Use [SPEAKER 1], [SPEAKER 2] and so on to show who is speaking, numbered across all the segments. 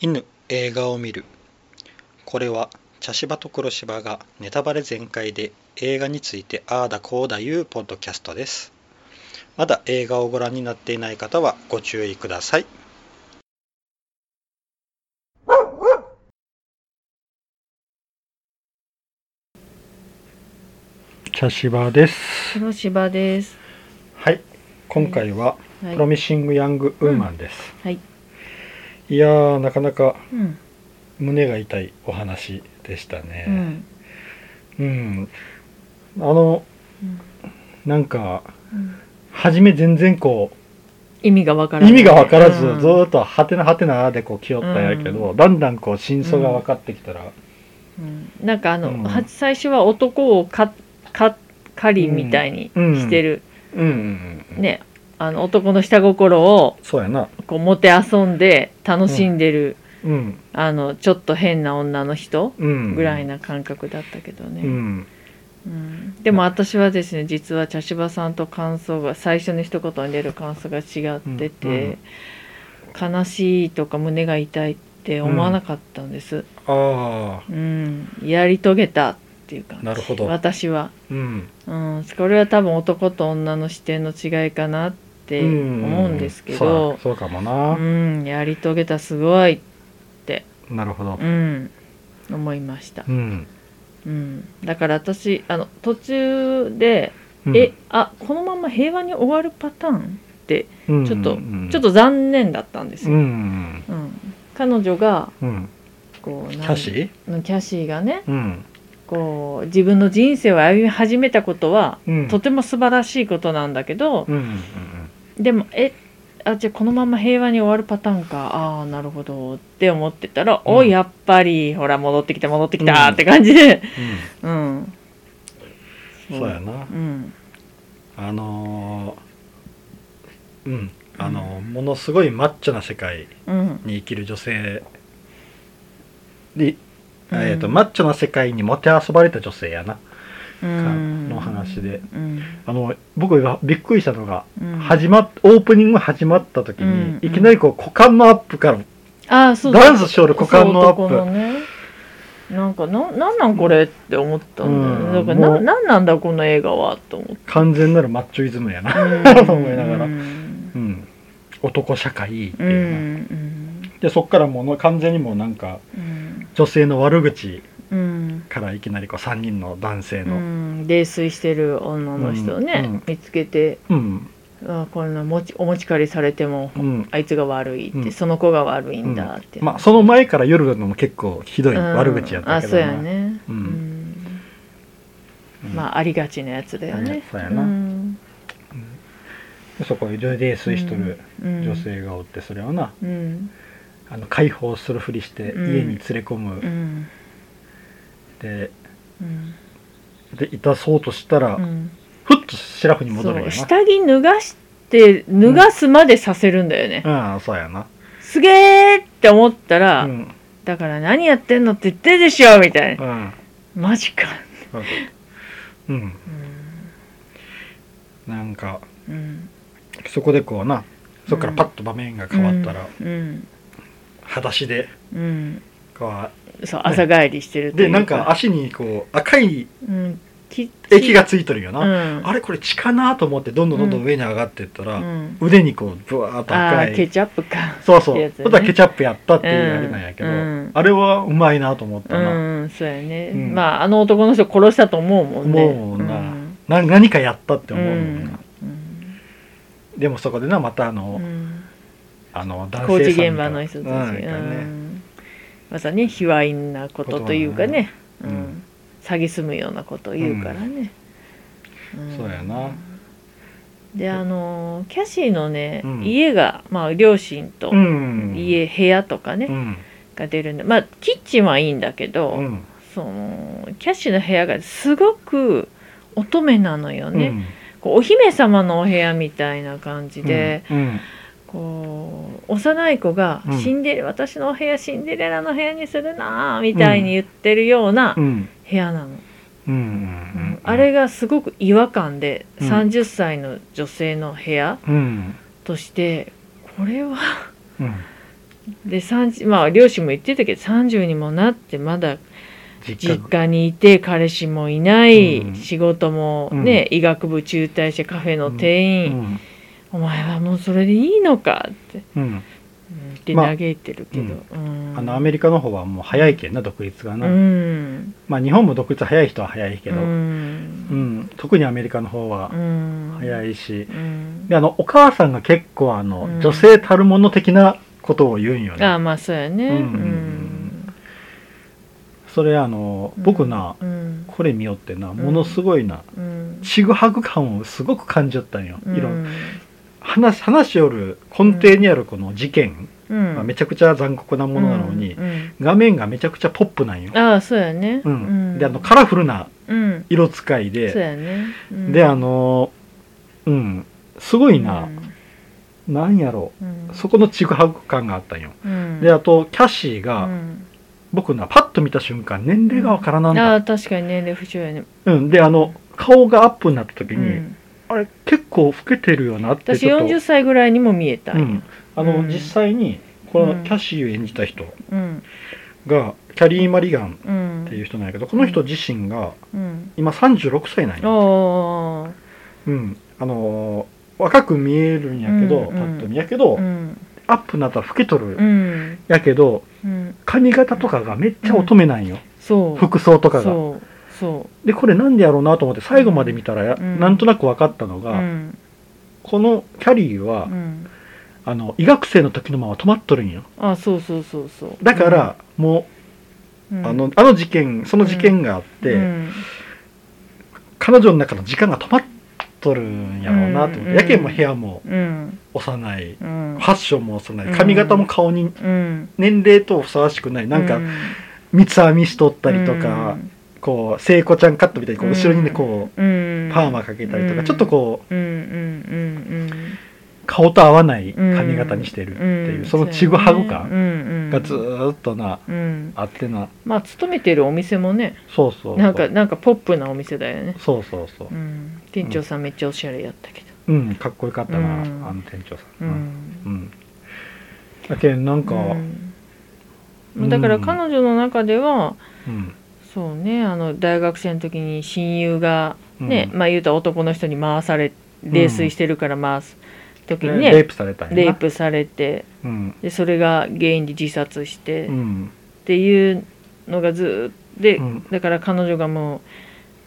[SPEAKER 1] 犬映画を見るこれは茶芝と黒芝がネタバレ全開で映画についてああだこうだいうポッドキャストですまだ映画をご覧になっていない方はご注意ください茶芝です
[SPEAKER 2] 黒芝です。
[SPEAKER 1] はい今回は
[SPEAKER 2] は
[SPEAKER 1] プロミシングヤングウーマンです、
[SPEAKER 2] はい。
[SPEAKER 1] いやーなかなか
[SPEAKER 2] うん。
[SPEAKER 1] 胸が痛いお話でした
[SPEAKER 2] う
[SPEAKER 1] ね
[SPEAKER 2] ん。
[SPEAKER 1] うん、あの
[SPEAKER 2] うん
[SPEAKER 1] なんか初め全然こ
[SPEAKER 2] 意味がわか
[SPEAKER 1] う
[SPEAKER 2] らない。
[SPEAKER 1] 意味が分からずず
[SPEAKER 2] うん
[SPEAKER 1] ーっとはてなはてなでこう来よったんやけど、だんだんこう真相が分かってきたら、
[SPEAKER 2] うんなんかあの、
[SPEAKER 1] うん
[SPEAKER 2] は最初は男をかか狩りみたいにしてる、
[SPEAKER 1] うんうんうんうん
[SPEAKER 2] ねあの男の下心を
[SPEAKER 1] そうやな
[SPEAKER 2] こうもてあそんで楽しんでる、
[SPEAKER 1] うん
[SPEAKER 2] あのちょっと変な女の人
[SPEAKER 1] うん
[SPEAKER 2] ぐらいな感覚だったけど
[SPEAKER 1] う
[SPEAKER 2] ね、
[SPEAKER 1] ん
[SPEAKER 2] うんでも私はですね実は茶芝さんと感想が最初の一言に出る感想が違ってて、悲しいとか胸が痛いって思わなかったんです、
[SPEAKER 1] あ
[SPEAKER 2] うんやり遂げたっていう
[SPEAKER 1] あ
[SPEAKER 2] か
[SPEAKER 1] なるほど
[SPEAKER 2] 私は、
[SPEAKER 1] うん
[SPEAKER 2] うん、これは多分男と女の視点の違いかなって思うんですけ
[SPEAKER 1] そうや
[SPEAKER 2] ど、
[SPEAKER 1] そうかも
[SPEAKER 2] う
[SPEAKER 1] な、
[SPEAKER 2] ん、やり遂げたすごい、
[SPEAKER 1] なるほど
[SPEAKER 2] うん、思いました
[SPEAKER 1] う、ん、
[SPEAKER 2] うん、だから私あの途中で
[SPEAKER 1] うん
[SPEAKER 2] えあこのまま平和に終わるパターンって
[SPEAKER 1] うん
[SPEAKER 2] ちょっ
[SPEAKER 1] う
[SPEAKER 2] と、
[SPEAKER 1] ん
[SPEAKER 2] ちょっと残念だったんです
[SPEAKER 1] うん
[SPEAKER 2] よ、
[SPEAKER 1] うん
[SPEAKER 2] うん彼女が
[SPEAKER 1] うん
[SPEAKER 2] こうキ
[SPEAKER 1] キャシー
[SPEAKER 2] ーキャシーがね
[SPEAKER 1] うん
[SPEAKER 2] こう自分の人生を歩み始めたことは
[SPEAKER 1] うん
[SPEAKER 2] とても素晴らしいことなんだけど
[SPEAKER 1] う、んうんうん
[SPEAKER 2] でもえあじゃあこのまま平和に終わるパターンかああなるほどって思ってたら、
[SPEAKER 1] うん
[SPEAKER 2] おいやっぱりほら戻ってきた戻ってきたって感じで、うん、
[SPEAKER 1] うんそうやな、
[SPEAKER 2] うん
[SPEAKER 1] あのーうんあのーものすごいマッチョな世界
[SPEAKER 2] うん
[SPEAKER 1] に生きる女性に、
[SPEAKER 2] うん
[SPEAKER 1] えー、とマッチョな世界にもてあそばれた女性やな
[SPEAKER 2] うん
[SPEAKER 1] の話で
[SPEAKER 2] うん
[SPEAKER 1] あの僕がびっくりしたのが、
[SPEAKER 2] うん
[SPEAKER 1] 始まっオープニング始まった時に、
[SPEAKER 2] うん
[SPEAKER 1] いきなりこう股間のアップから
[SPEAKER 2] あーそう
[SPEAKER 1] ダンスしおる股間のア
[SPEAKER 2] そう男
[SPEAKER 1] ップ
[SPEAKER 2] のねなんかななんなんこれって思ったんだよね、
[SPEAKER 1] うん
[SPEAKER 2] だから
[SPEAKER 1] もう
[SPEAKER 2] ななんなんだこの映画はと思って
[SPEAKER 1] 完全なるマッチョイズムやな、 と思いながら
[SPEAKER 2] うん
[SPEAKER 1] うん、男社会って
[SPEAKER 2] うんう
[SPEAKER 1] いうの、
[SPEAKER 2] ん
[SPEAKER 1] でそっからもうの完全にもうなんか
[SPEAKER 2] うん
[SPEAKER 1] 女性の悪口
[SPEAKER 2] うん
[SPEAKER 1] からいきなりこう3人の男性
[SPEAKER 2] う
[SPEAKER 1] の、
[SPEAKER 2] ん泥酔してる女の人をね、
[SPEAKER 1] うんうん
[SPEAKER 2] 見つけて
[SPEAKER 1] うん
[SPEAKER 2] あこんな持ちお持ち帰りされても
[SPEAKER 1] うん
[SPEAKER 2] あいつが悪いって、
[SPEAKER 1] うん
[SPEAKER 2] その子が悪いんだって、
[SPEAKER 1] まあその前から夜のも結構ひどい
[SPEAKER 2] うん
[SPEAKER 1] 悪口やったけどな、
[SPEAKER 2] あそうやね、
[SPEAKER 1] う
[SPEAKER 2] うんん
[SPEAKER 1] うん
[SPEAKER 2] まあありがちなやつだよね、
[SPEAKER 1] そうやなんそこで泥酔しとる
[SPEAKER 2] うん
[SPEAKER 1] 女性がおってそれをな
[SPEAKER 2] うん
[SPEAKER 1] あの解放するふりして
[SPEAKER 2] うん
[SPEAKER 1] 家に連れ込む、
[SPEAKER 2] うん
[SPEAKER 1] で
[SPEAKER 2] うん
[SPEAKER 1] でいたそうとしたら、
[SPEAKER 2] うん
[SPEAKER 1] ふっとシラフに戻るん
[SPEAKER 2] そ
[SPEAKER 1] や
[SPEAKER 2] う
[SPEAKER 1] な
[SPEAKER 2] 下着脱がして脱がすまでさせるんだよね、
[SPEAKER 1] うんそうやな
[SPEAKER 2] すげーって思ったら、
[SPEAKER 1] うん
[SPEAKER 2] だから何やってんのって言ってるでしょみたいうな、
[SPEAKER 1] ん
[SPEAKER 2] マジか
[SPEAKER 1] うん
[SPEAKER 2] う
[SPEAKER 1] なんか
[SPEAKER 2] んうん
[SPEAKER 1] そこでこうなそこからパッと場面が変わったら、
[SPEAKER 2] うん
[SPEAKER 1] 裸足で
[SPEAKER 2] うん
[SPEAKER 1] こ
[SPEAKER 2] そう朝帰りしてる
[SPEAKER 1] う
[SPEAKER 2] とい
[SPEAKER 1] で
[SPEAKER 2] う
[SPEAKER 1] なんか足にこう赤い
[SPEAKER 2] うんき
[SPEAKER 1] 液がついとるよな、
[SPEAKER 2] うん
[SPEAKER 1] あれこれ血かなと思ってどんどんどんどん上に上がっていったら、
[SPEAKER 2] うん
[SPEAKER 1] 腕にこうブワーッと
[SPEAKER 2] あ
[SPEAKER 1] 赤
[SPEAKER 2] ーケ
[SPEAKER 1] い
[SPEAKER 2] チャップか
[SPEAKER 1] そうそう、
[SPEAKER 2] ってやつね
[SPEAKER 1] またケチャップやったっていうあれなんやけど、
[SPEAKER 2] うんうん
[SPEAKER 1] あれはうまいなと思った
[SPEAKER 2] う
[SPEAKER 1] な、
[SPEAKER 2] んそうやね、
[SPEAKER 1] うん
[SPEAKER 2] まああの男の人殺したと思うもんね
[SPEAKER 1] 思うもんな
[SPEAKER 2] うん
[SPEAKER 1] な何かやったって思うもんな、
[SPEAKER 2] うん
[SPEAKER 1] でもそこでなまたあの、
[SPEAKER 2] うん
[SPEAKER 1] あの男
[SPEAKER 2] 工
[SPEAKER 1] 性
[SPEAKER 2] 事
[SPEAKER 1] さん
[SPEAKER 2] 現場の人
[SPEAKER 1] うん
[SPEAKER 2] たち、う
[SPEAKER 1] がね
[SPEAKER 2] んまさに卑猥なことというかね、
[SPEAKER 1] こと
[SPEAKER 2] う
[SPEAKER 1] だねうん
[SPEAKER 2] ん、詐ぎすむようなことを言うからね、ん
[SPEAKER 1] そうやな
[SPEAKER 2] であのーキャシーのね、
[SPEAKER 1] うん
[SPEAKER 2] 家が、まあ、両親と
[SPEAKER 1] うん
[SPEAKER 2] 家、部屋とかね、
[SPEAKER 1] うん
[SPEAKER 2] が出るんでまあキッチンはいいんだけど、
[SPEAKER 1] うん
[SPEAKER 2] そのキャシーの部屋がすごく乙女なのよ
[SPEAKER 1] う
[SPEAKER 2] ね、
[SPEAKER 1] ん
[SPEAKER 2] こうお姫様のお部屋みたいな感じで、
[SPEAKER 1] うん
[SPEAKER 2] こう幼い子が
[SPEAKER 1] うん
[SPEAKER 2] 「シンデレ、私のお部屋シンデレラの部屋にするな」みたいに言ってるような
[SPEAKER 1] うん
[SPEAKER 2] 部屋なの、
[SPEAKER 1] うんうん
[SPEAKER 2] あれがすごく違和感で、
[SPEAKER 1] うん
[SPEAKER 2] 30歳の女性の部屋
[SPEAKER 1] うん
[SPEAKER 2] としてこれは
[SPEAKER 1] うん
[SPEAKER 2] で30まあ両親も言ってたけど30にもなってまだ実家にいて彼氏もいない、
[SPEAKER 1] うん
[SPEAKER 2] 仕事もね、医学部中退してカフェの店員、
[SPEAKER 1] うん
[SPEAKER 2] お前はもうそれでいいのかって
[SPEAKER 1] うん
[SPEAKER 2] うんって
[SPEAKER 1] まあ
[SPEAKER 2] 嘆いてるけど、うん
[SPEAKER 1] あのアメリカの方はもう早いけんな独立がな、
[SPEAKER 2] うん
[SPEAKER 1] まあ日本も独立早い人は早いけど、
[SPEAKER 2] う
[SPEAKER 1] うん
[SPEAKER 2] ん
[SPEAKER 1] 特にアメリカの方は
[SPEAKER 2] うん
[SPEAKER 1] 早いし、
[SPEAKER 2] うん
[SPEAKER 1] であのお母さんが結構あの、
[SPEAKER 2] うん
[SPEAKER 1] 女性たるもの的なことを言うんよ
[SPEAKER 2] ああ
[SPEAKER 1] ね
[SPEAKER 2] まあそうやね
[SPEAKER 1] う
[SPEAKER 2] うんん、
[SPEAKER 1] それあの僕な、
[SPEAKER 2] うん
[SPEAKER 1] これ見よってなものすごいな、
[SPEAKER 2] うん
[SPEAKER 1] ちぐはぐ感をすごく感じよったんよ、
[SPEAKER 2] うん
[SPEAKER 1] いろん話話しよる根底にあるこの事件、
[SPEAKER 2] うん
[SPEAKER 1] まあ、めちゃくちゃ残酷なものなのに、
[SPEAKER 2] うんうん
[SPEAKER 1] 画面がめちゃくちゃポップなんよ、
[SPEAKER 2] ああそうやね
[SPEAKER 1] うんであの
[SPEAKER 2] か
[SPEAKER 1] カラフルな
[SPEAKER 2] うん
[SPEAKER 1] 色使い
[SPEAKER 2] そう
[SPEAKER 1] で、
[SPEAKER 2] やね、うん
[SPEAKER 1] であのうんすごいな、なんやろ
[SPEAKER 2] うん
[SPEAKER 1] そこのちぐはぐ感があったんよ
[SPEAKER 2] うん
[SPEAKER 1] であとキャシーが、
[SPEAKER 2] うん
[SPEAKER 1] 僕なパッと見た瞬間年齢がわからなん
[SPEAKER 2] あ
[SPEAKER 1] だ、
[SPEAKER 2] あ確かに年齢不詳やね、
[SPEAKER 1] うん、であの顔がアップになった時
[SPEAKER 2] う
[SPEAKER 1] に、
[SPEAKER 2] ん、
[SPEAKER 1] あれ結構老けてるよなって
[SPEAKER 2] 私
[SPEAKER 1] ちょっと
[SPEAKER 2] 40歳ぐらいにも見えた、
[SPEAKER 1] うん、あの、
[SPEAKER 2] うん
[SPEAKER 1] 実際にこ
[SPEAKER 2] う
[SPEAKER 1] の
[SPEAKER 2] ん
[SPEAKER 1] キャシーを演じた人
[SPEAKER 2] うん
[SPEAKER 1] がキャリー・マリガン
[SPEAKER 2] うん
[SPEAKER 1] っていう人なんやけどこの人自身が
[SPEAKER 2] うん
[SPEAKER 1] 今36歳なん
[SPEAKER 2] お
[SPEAKER 1] や、
[SPEAKER 2] お
[SPEAKER 1] うん、あのー若く見えるんやけど、
[SPEAKER 2] うん
[SPEAKER 1] パッと見やけど、
[SPEAKER 2] うん
[SPEAKER 1] アップになったら老けとる、
[SPEAKER 2] うん
[SPEAKER 1] やけど
[SPEAKER 2] うん
[SPEAKER 1] 髪型とかがめっちゃ乙女なんよ、
[SPEAKER 2] そう
[SPEAKER 1] 服装とかが
[SPEAKER 2] そうそ
[SPEAKER 1] でこれなんでやろうなと思って最後まで見たら、
[SPEAKER 2] うん
[SPEAKER 1] なんとなく分かったの
[SPEAKER 2] うう
[SPEAKER 1] が、
[SPEAKER 2] ん
[SPEAKER 1] このキャリーは、
[SPEAKER 2] うん
[SPEAKER 1] あの医学生の時のまま止まっとるんよ
[SPEAKER 2] あそうそうそうそう
[SPEAKER 1] だから、も
[SPEAKER 2] うん
[SPEAKER 1] う、
[SPEAKER 2] うん
[SPEAKER 1] あのあの事件その事件があって、
[SPEAKER 2] うん
[SPEAKER 1] 彼女の中の時間が止まっとるんやろうなと思って、
[SPEAKER 2] うん
[SPEAKER 1] やけんも部屋も
[SPEAKER 2] うん
[SPEAKER 1] 幼い
[SPEAKER 2] うん
[SPEAKER 1] ファッションも幼
[SPEAKER 2] う
[SPEAKER 1] い
[SPEAKER 2] ん
[SPEAKER 1] 髪型も顔に
[SPEAKER 2] うん
[SPEAKER 1] 年齢とふさわしくないなん
[SPEAKER 2] う
[SPEAKER 1] か三つ編みしとったりとか、こう聖子ちゃんカットみたいにこう
[SPEAKER 2] うん
[SPEAKER 1] 後ろにねこう
[SPEAKER 2] うんうん
[SPEAKER 1] パーマかけたりとか、
[SPEAKER 2] うん
[SPEAKER 1] ちょっとこう
[SPEAKER 2] うんうんうんうん
[SPEAKER 1] 顔と合わない髪型にしてるっていう、
[SPEAKER 2] ん
[SPEAKER 1] そのちぐはぐ
[SPEAKER 2] そう
[SPEAKER 1] 感
[SPEAKER 2] やねうんうん
[SPEAKER 1] がずーっとな
[SPEAKER 2] うん
[SPEAKER 1] あってな
[SPEAKER 2] まあ勤めてるお店もね
[SPEAKER 1] そうそうそう
[SPEAKER 2] なんかなんかポップなお店だよね、
[SPEAKER 1] そうそうそう
[SPEAKER 2] うん、店長さんめっちゃおしゃれやったけど
[SPEAKER 1] うんかっこよかったな、
[SPEAKER 2] うん
[SPEAKER 1] あの店長さん
[SPEAKER 2] う
[SPEAKER 1] な、
[SPEAKER 2] ん
[SPEAKER 1] うんだけんなんか、
[SPEAKER 2] うんだから彼女の中では
[SPEAKER 1] うん
[SPEAKER 2] そうねあの大学生の時に親友が
[SPEAKER 1] うん
[SPEAKER 2] ね、まあ言うたら男の人に回され泥酔してるから回す時に
[SPEAKER 1] ねレイ
[SPEAKER 2] ね、
[SPEAKER 1] プされたんやな
[SPEAKER 2] レイプされて
[SPEAKER 1] うん
[SPEAKER 2] でそれが原因で自殺して、
[SPEAKER 1] う
[SPEAKER 2] っ
[SPEAKER 1] ん
[SPEAKER 2] ていうのがずーっとで、
[SPEAKER 1] うん
[SPEAKER 2] だから彼女がも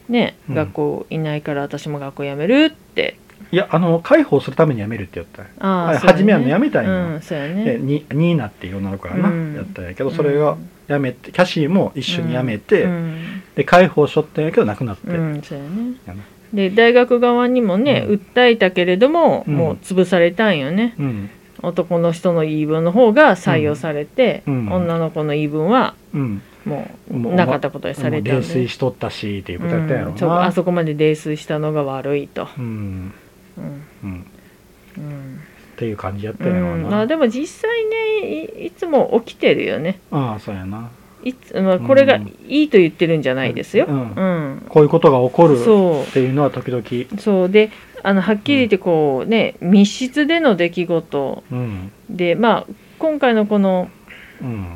[SPEAKER 2] うね、
[SPEAKER 1] うん
[SPEAKER 2] 学校いないから私も学校辞めるって
[SPEAKER 1] いやあの解放するためにやめるって言ったんや
[SPEAKER 2] あ
[SPEAKER 1] あれ
[SPEAKER 2] そうやね
[SPEAKER 1] 初めはねやめたんや
[SPEAKER 2] うんそうや
[SPEAKER 1] で
[SPEAKER 2] ね
[SPEAKER 1] にニーナっていう女の子がな、
[SPEAKER 2] うん
[SPEAKER 1] やったんやけどそれがやめてキャシーも一緒にやめて、
[SPEAKER 2] うん
[SPEAKER 1] で解放しとったんやけど亡くなって、
[SPEAKER 2] うんそうやね
[SPEAKER 1] やな
[SPEAKER 2] で大学側にもね、
[SPEAKER 1] うん
[SPEAKER 2] 訴えたけれども、
[SPEAKER 1] うん
[SPEAKER 2] もう潰されたんよね
[SPEAKER 1] うん
[SPEAKER 2] 男の人の言い分の方が採用されて、
[SPEAKER 1] うんうん
[SPEAKER 2] 女の子の言い分は
[SPEAKER 1] うん
[SPEAKER 2] も
[SPEAKER 1] も
[SPEAKER 2] う
[SPEAKER 1] う
[SPEAKER 2] なかったことにさ
[SPEAKER 1] もう
[SPEAKER 2] れたん
[SPEAKER 1] 泥
[SPEAKER 2] で
[SPEAKER 1] 酔しとったしっていうことやったんやろ
[SPEAKER 2] うん
[SPEAKER 1] う
[SPEAKER 2] そう
[SPEAKER 1] な
[SPEAKER 2] あそこまで泥酔したのが悪いと、
[SPEAKER 1] うん
[SPEAKER 2] うん
[SPEAKER 1] うん
[SPEAKER 2] うん
[SPEAKER 1] っていう感じやったんやろう
[SPEAKER 2] うん、
[SPEAKER 1] な、
[SPEAKER 2] あでも実際ねいいつも起きてるよね
[SPEAKER 1] ああそうやない
[SPEAKER 2] つ、まあ、これがいいと言ってるんじゃないですよ。
[SPEAKER 1] う
[SPEAKER 2] うんん
[SPEAKER 1] こういうことが起こるっ
[SPEAKER 2] そ
[SPEAKER 1] ていうのは時々
[SPEAKER 2] うそうであのはっきり言ってこうね密室での出来事
[SPEAKER 1] うん
[SPEAKER 2] で、まあ、今回のこの
[SPEAKER 1] うん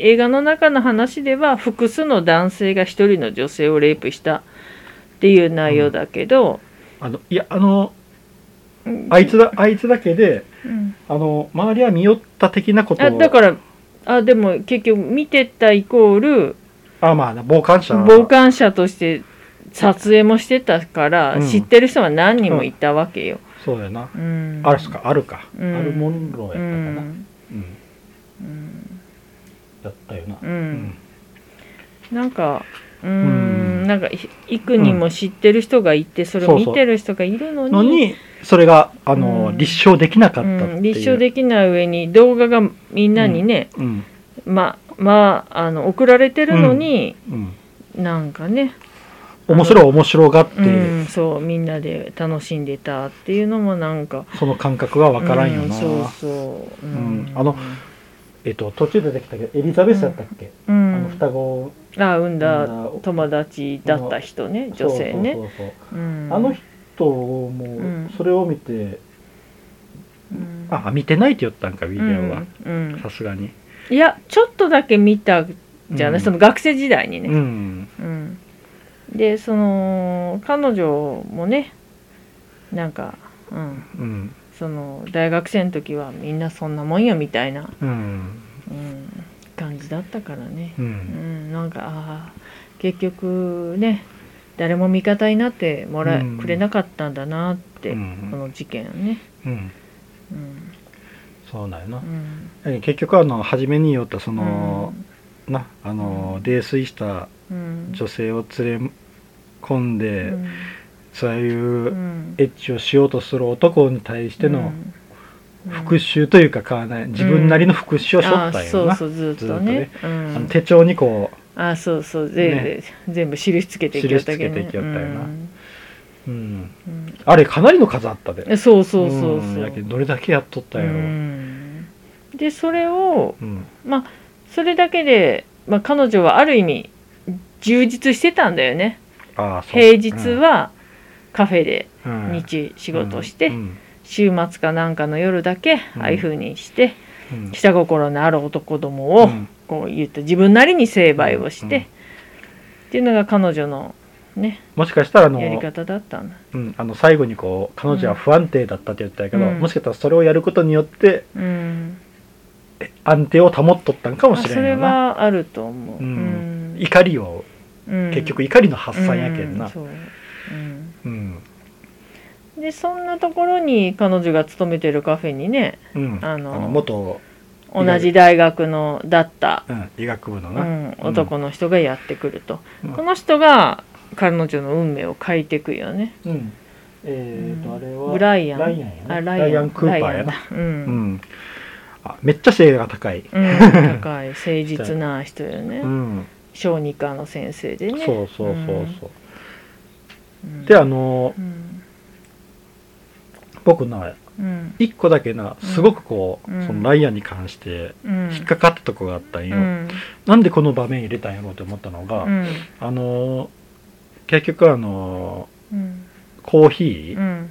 [SPEAKER 2] 映画の中の話では複数の男性が一人の女性をレイプしたっていう内容だけど、
[SPEAKER 1] あのいやあの
[SPEAKER 2] うん
[SPEAKER 1] あいつだあいつだけで
[SPEAKER 2] うん
[SPEAKER 1] あの周りは見よった的なこと
[SPEAKER 2] あだからあでも結局見てたイコール
[SPEAKER 1] あまあ傍観者
[SPEAKER 2] 傍観者として撮影もしてたから、
[SPEAKER 1] うん
[SPEAKER 2] 知ってる人は何人もいたわけよ。
[SPEAKER 1] そうやな
[SPEAKER 2] うん、
[SPEAKER 1] あるっすかあるか、
[SPEAKER 2] うん
[SPEAKER 1] あるもんろやった
[SPEAKER 2] う
[SPEAKER 1] かな、うん
[SPEAKER 2] んうん
[SPEAKER 1] やったよな
[SPEAKER 2] う
[SPEAKER 1] うんん、
[SPEAKER 2] なんかうー
[SPEAKER 1] うん
[SPEAKER 2] んなんかい幾人も知ってる人がいてそれを見てる人がいるのに
[SPEAKER 1] のにそれがあの、
[SPEAKER 2] うん
[SPEAKER 1] 立証できなかったっていう、
[SPEAKER 2] うん立証できない上に動画がみんなにね、
[SPEAKER 1] うん
[SPEAKER 2] ままあの送られてるのに、
[SPEAKER 1] うん
[SPEAKER 2] なんかね、
[SPEAKER 1] 面白い面白がって、
[SPEAKER 2] うん、そうみんなで楽しんでたっていうのもなんか
[SPEAKER 1] その感覚がわからんよな、
[SPEAKER 2] うんそうそう、
[SPEAKER 1] うんあのえっと途中でできたけどエリザベスだったっけ、
[SPEAKER 2] うん
[SPEAKER 1] あの双子を
[SPEAKER 2] あ産んだ
[SPEAKER 1] 産んだ
[SPEAKER 2] 友達だった人ね女性ね
[SPEAKER 1] そうそうそうそう
[SPEAKER 2] うん
[SPEAKER 1] あの人も
[SPEAKER 2] ん
[SPEAKER 1] それを見て、
[SPEAKER 2] うん
[SPEAKER 1] あ見てないって言ったんかビデオは
[SPEAKER 2] うんうん
[SPEAKER 1] さすがに
[SPEAKER 2] いやちょっとだけ見たじゃない、
[SPEAKER 1] うん
[SPEAKER 2] その学生時代に
[SPEAKER 1] う
[SPEAKER 2] ね、
[SPEAKER 1] ん
[SPEAKER 2] うんでその彼女もねなんか、うん、
[SPEAKER 1] うん
[SPEAKER 2] その大学生の時はみんなそんなもんよみたいな、
[SPEAKER 1] うん
[SPEAKER 2] うん、感じだったからね、
[SPEAKER 1] う
[SPEAKER 2] うんん、なんかあー結局ね誰も味方になってもらえ、
[SPEAKER 1] うん
[SPEAKER 2] くれなかったんだなって、
[SPEAKER 1] うん
[SPEAKER 2] この事件ね、
[SPEAKER 1] うん
[SPEAKER 2] うん
[SPEAKER 1] そうなんやな
[SPEAKER 2] う、ん
[SPEAKER 1] え結局あの初めに言ったそ
[SPEAKER 2] うん
[SPEAKER 1] の、なあの
[SPEAKER 2] うん
[SPEAKER 1] 泥酔した
[SPEAKER 2] うん
[SPEAKER 1] 女性を連れ込んで、
[SPEAKER 2] うん
[SPEAKER 1] そう
[SPEAKER 2] う
[SPEAKER 1] いうんエッチをしようとする男に対して
[SPEAKER 2] う
[SPEAKER 1] の
[SPEAKER 2] ん
[SPEAKER 1] 復讐というか買わない自分なりの復讐をしとったんやな、
[SPEAKER 2] あーそうそうずっとねう
[SPEAKER 1] あ
[SPEAKER 2] ん
[SPEAKER 1] の手帳にこ
[SPEAKER 2] あーそうそうぜ
[SPEAKER 1] ね
[SPEAKER 2] 全部印つけていきよったけどね
[SPEAKER 1] 印つけていきよったよなう、
[SPEAKER 2] うん
[SPEAKER 1] うん、
[SPEAKER 2] うん
[SPEAKER 1] あれかなりの数あったで
[SPEAKER 2] えそうそうそうそ
[SPEAKER 1] ん
[SPEAKER 2] う
[SPEAKER 1] やけどどれだけやっとったんやろ
[SPEAKER 2] う
[SPEAKER 1] うん
[SPEAKER 2] でそれを
[SPEAKER 1] うん
[SPEAKER 2] それだけで、まあ、彼女はある意味充実してたんだよね
[SPEAKER 1] ああそう
[SPEAKER 2] 平日はカフェで
[SPEAKER 1] うん
[SPEAKER 2] 日仕事をして、
[SPEAKER 1] うん
[SPEAKER 2] 週末かなんかの夜だけ
[SPEAKER 1] うん
[SPEAKER 2] ああいう風にして、
[SPEAKER 1] うん
[SPEAKER 2] 下心のある男どもを、
[SPEAKER 1] うん
[SPEAKER 2] こう言った自分なりに成敗をして、っていうのが彼女のね
[SPEAKER 1] もしかしたらあの
[SPEAKER 2] やり方だったんだ、
[SPEAKER 1] うん、あの最後にこう彼女は不安定だったって言ったんやけど、
[SPEAKER 2] うん
[SPEAKER 1] もしかしたらそれをやることによって
[SPEAKER 2] うん、
[SPEAKER 1] 安定を保っとったんかも
[SPEAKER 2] あ
[SPEAKER 1] しれ
[SPEAKER 2] そ
[SPEAKER 1] ん
[SPEAKER 2] れ
[SPEAKER 1] よな
[SPEAKER 2] はあると思う、
[SPEAKER 1] う
[SPEAKER 2] うん
[SPEAKER 1] 怒りを
[SPEAKER 2] うん
[SPEAKER 1] 結局怒りの発散やけん
[SPEAKER 2] うん
[SPEAKER 1] な
[SPEAKER 2] そううん
[SPEAKER 1] うん
[SPEAKER 2] でそんなところに彼女が勤めてるカフェにね
[SPEAKER 1] うん
[SPEAKER 2] あの
[SPEAKER 1] あの元、
[SPEAKER 2] 同じ大学のだった、
[SPEAKER 1] うん、医学部の
[SPEAKER 2] う
[SPEAKER 1] な、
[SPEAKER 2] ん、男の人がやってくると、
[SPEAKER 1] うん
[SPEAKER 2] この人が彼女の運命を変えていくよね
[SPEAKER 1] うんえーとあれは
[SPEAKER 2] ブライアン
[SPEAKER 1] ライアンやな
[SPEAKER 2] あ
[SPEAKER 1] ライアンクーパーやな
[SPEAKER 2] ライアンだう、
[SPEAKER 1] うんんあめっちゃ性が高い
[SPEAKER 2] うん高い誠実な人よね、
[SPEAKER 1] うん
[SPEAKER 2] 小児科の先生でね
[SPEAKER 1] そうそうそうそう、
[SPEAKER 2] うん
[SPEAKER 1] であの
[SPEAKER 2] うん
[SPEAKER 1] 僕な
[SPEAKER 2] うん
[SPEAKER 1] 一個だけなすごくこう、
[SPEAKER 2] うん
[SPEAKER 1] そのライアンに関して
[SPEAKER 2] うん
[SPEAKER 1] 引っかかったとこがあったん
[SPEAKER 2] う
[SPEAKER 1] よ、
[SPEAKER 2] ん
[SPEAKER 1] なんでこの場面入れたんやろうと思ったのが、
[SPEAKER 2] うん
[SPEAKER 1] あの結局あの
[SPEAKER 2] うん
[SPEAKER 1] コーヒー、
[SPEAKER 2] うん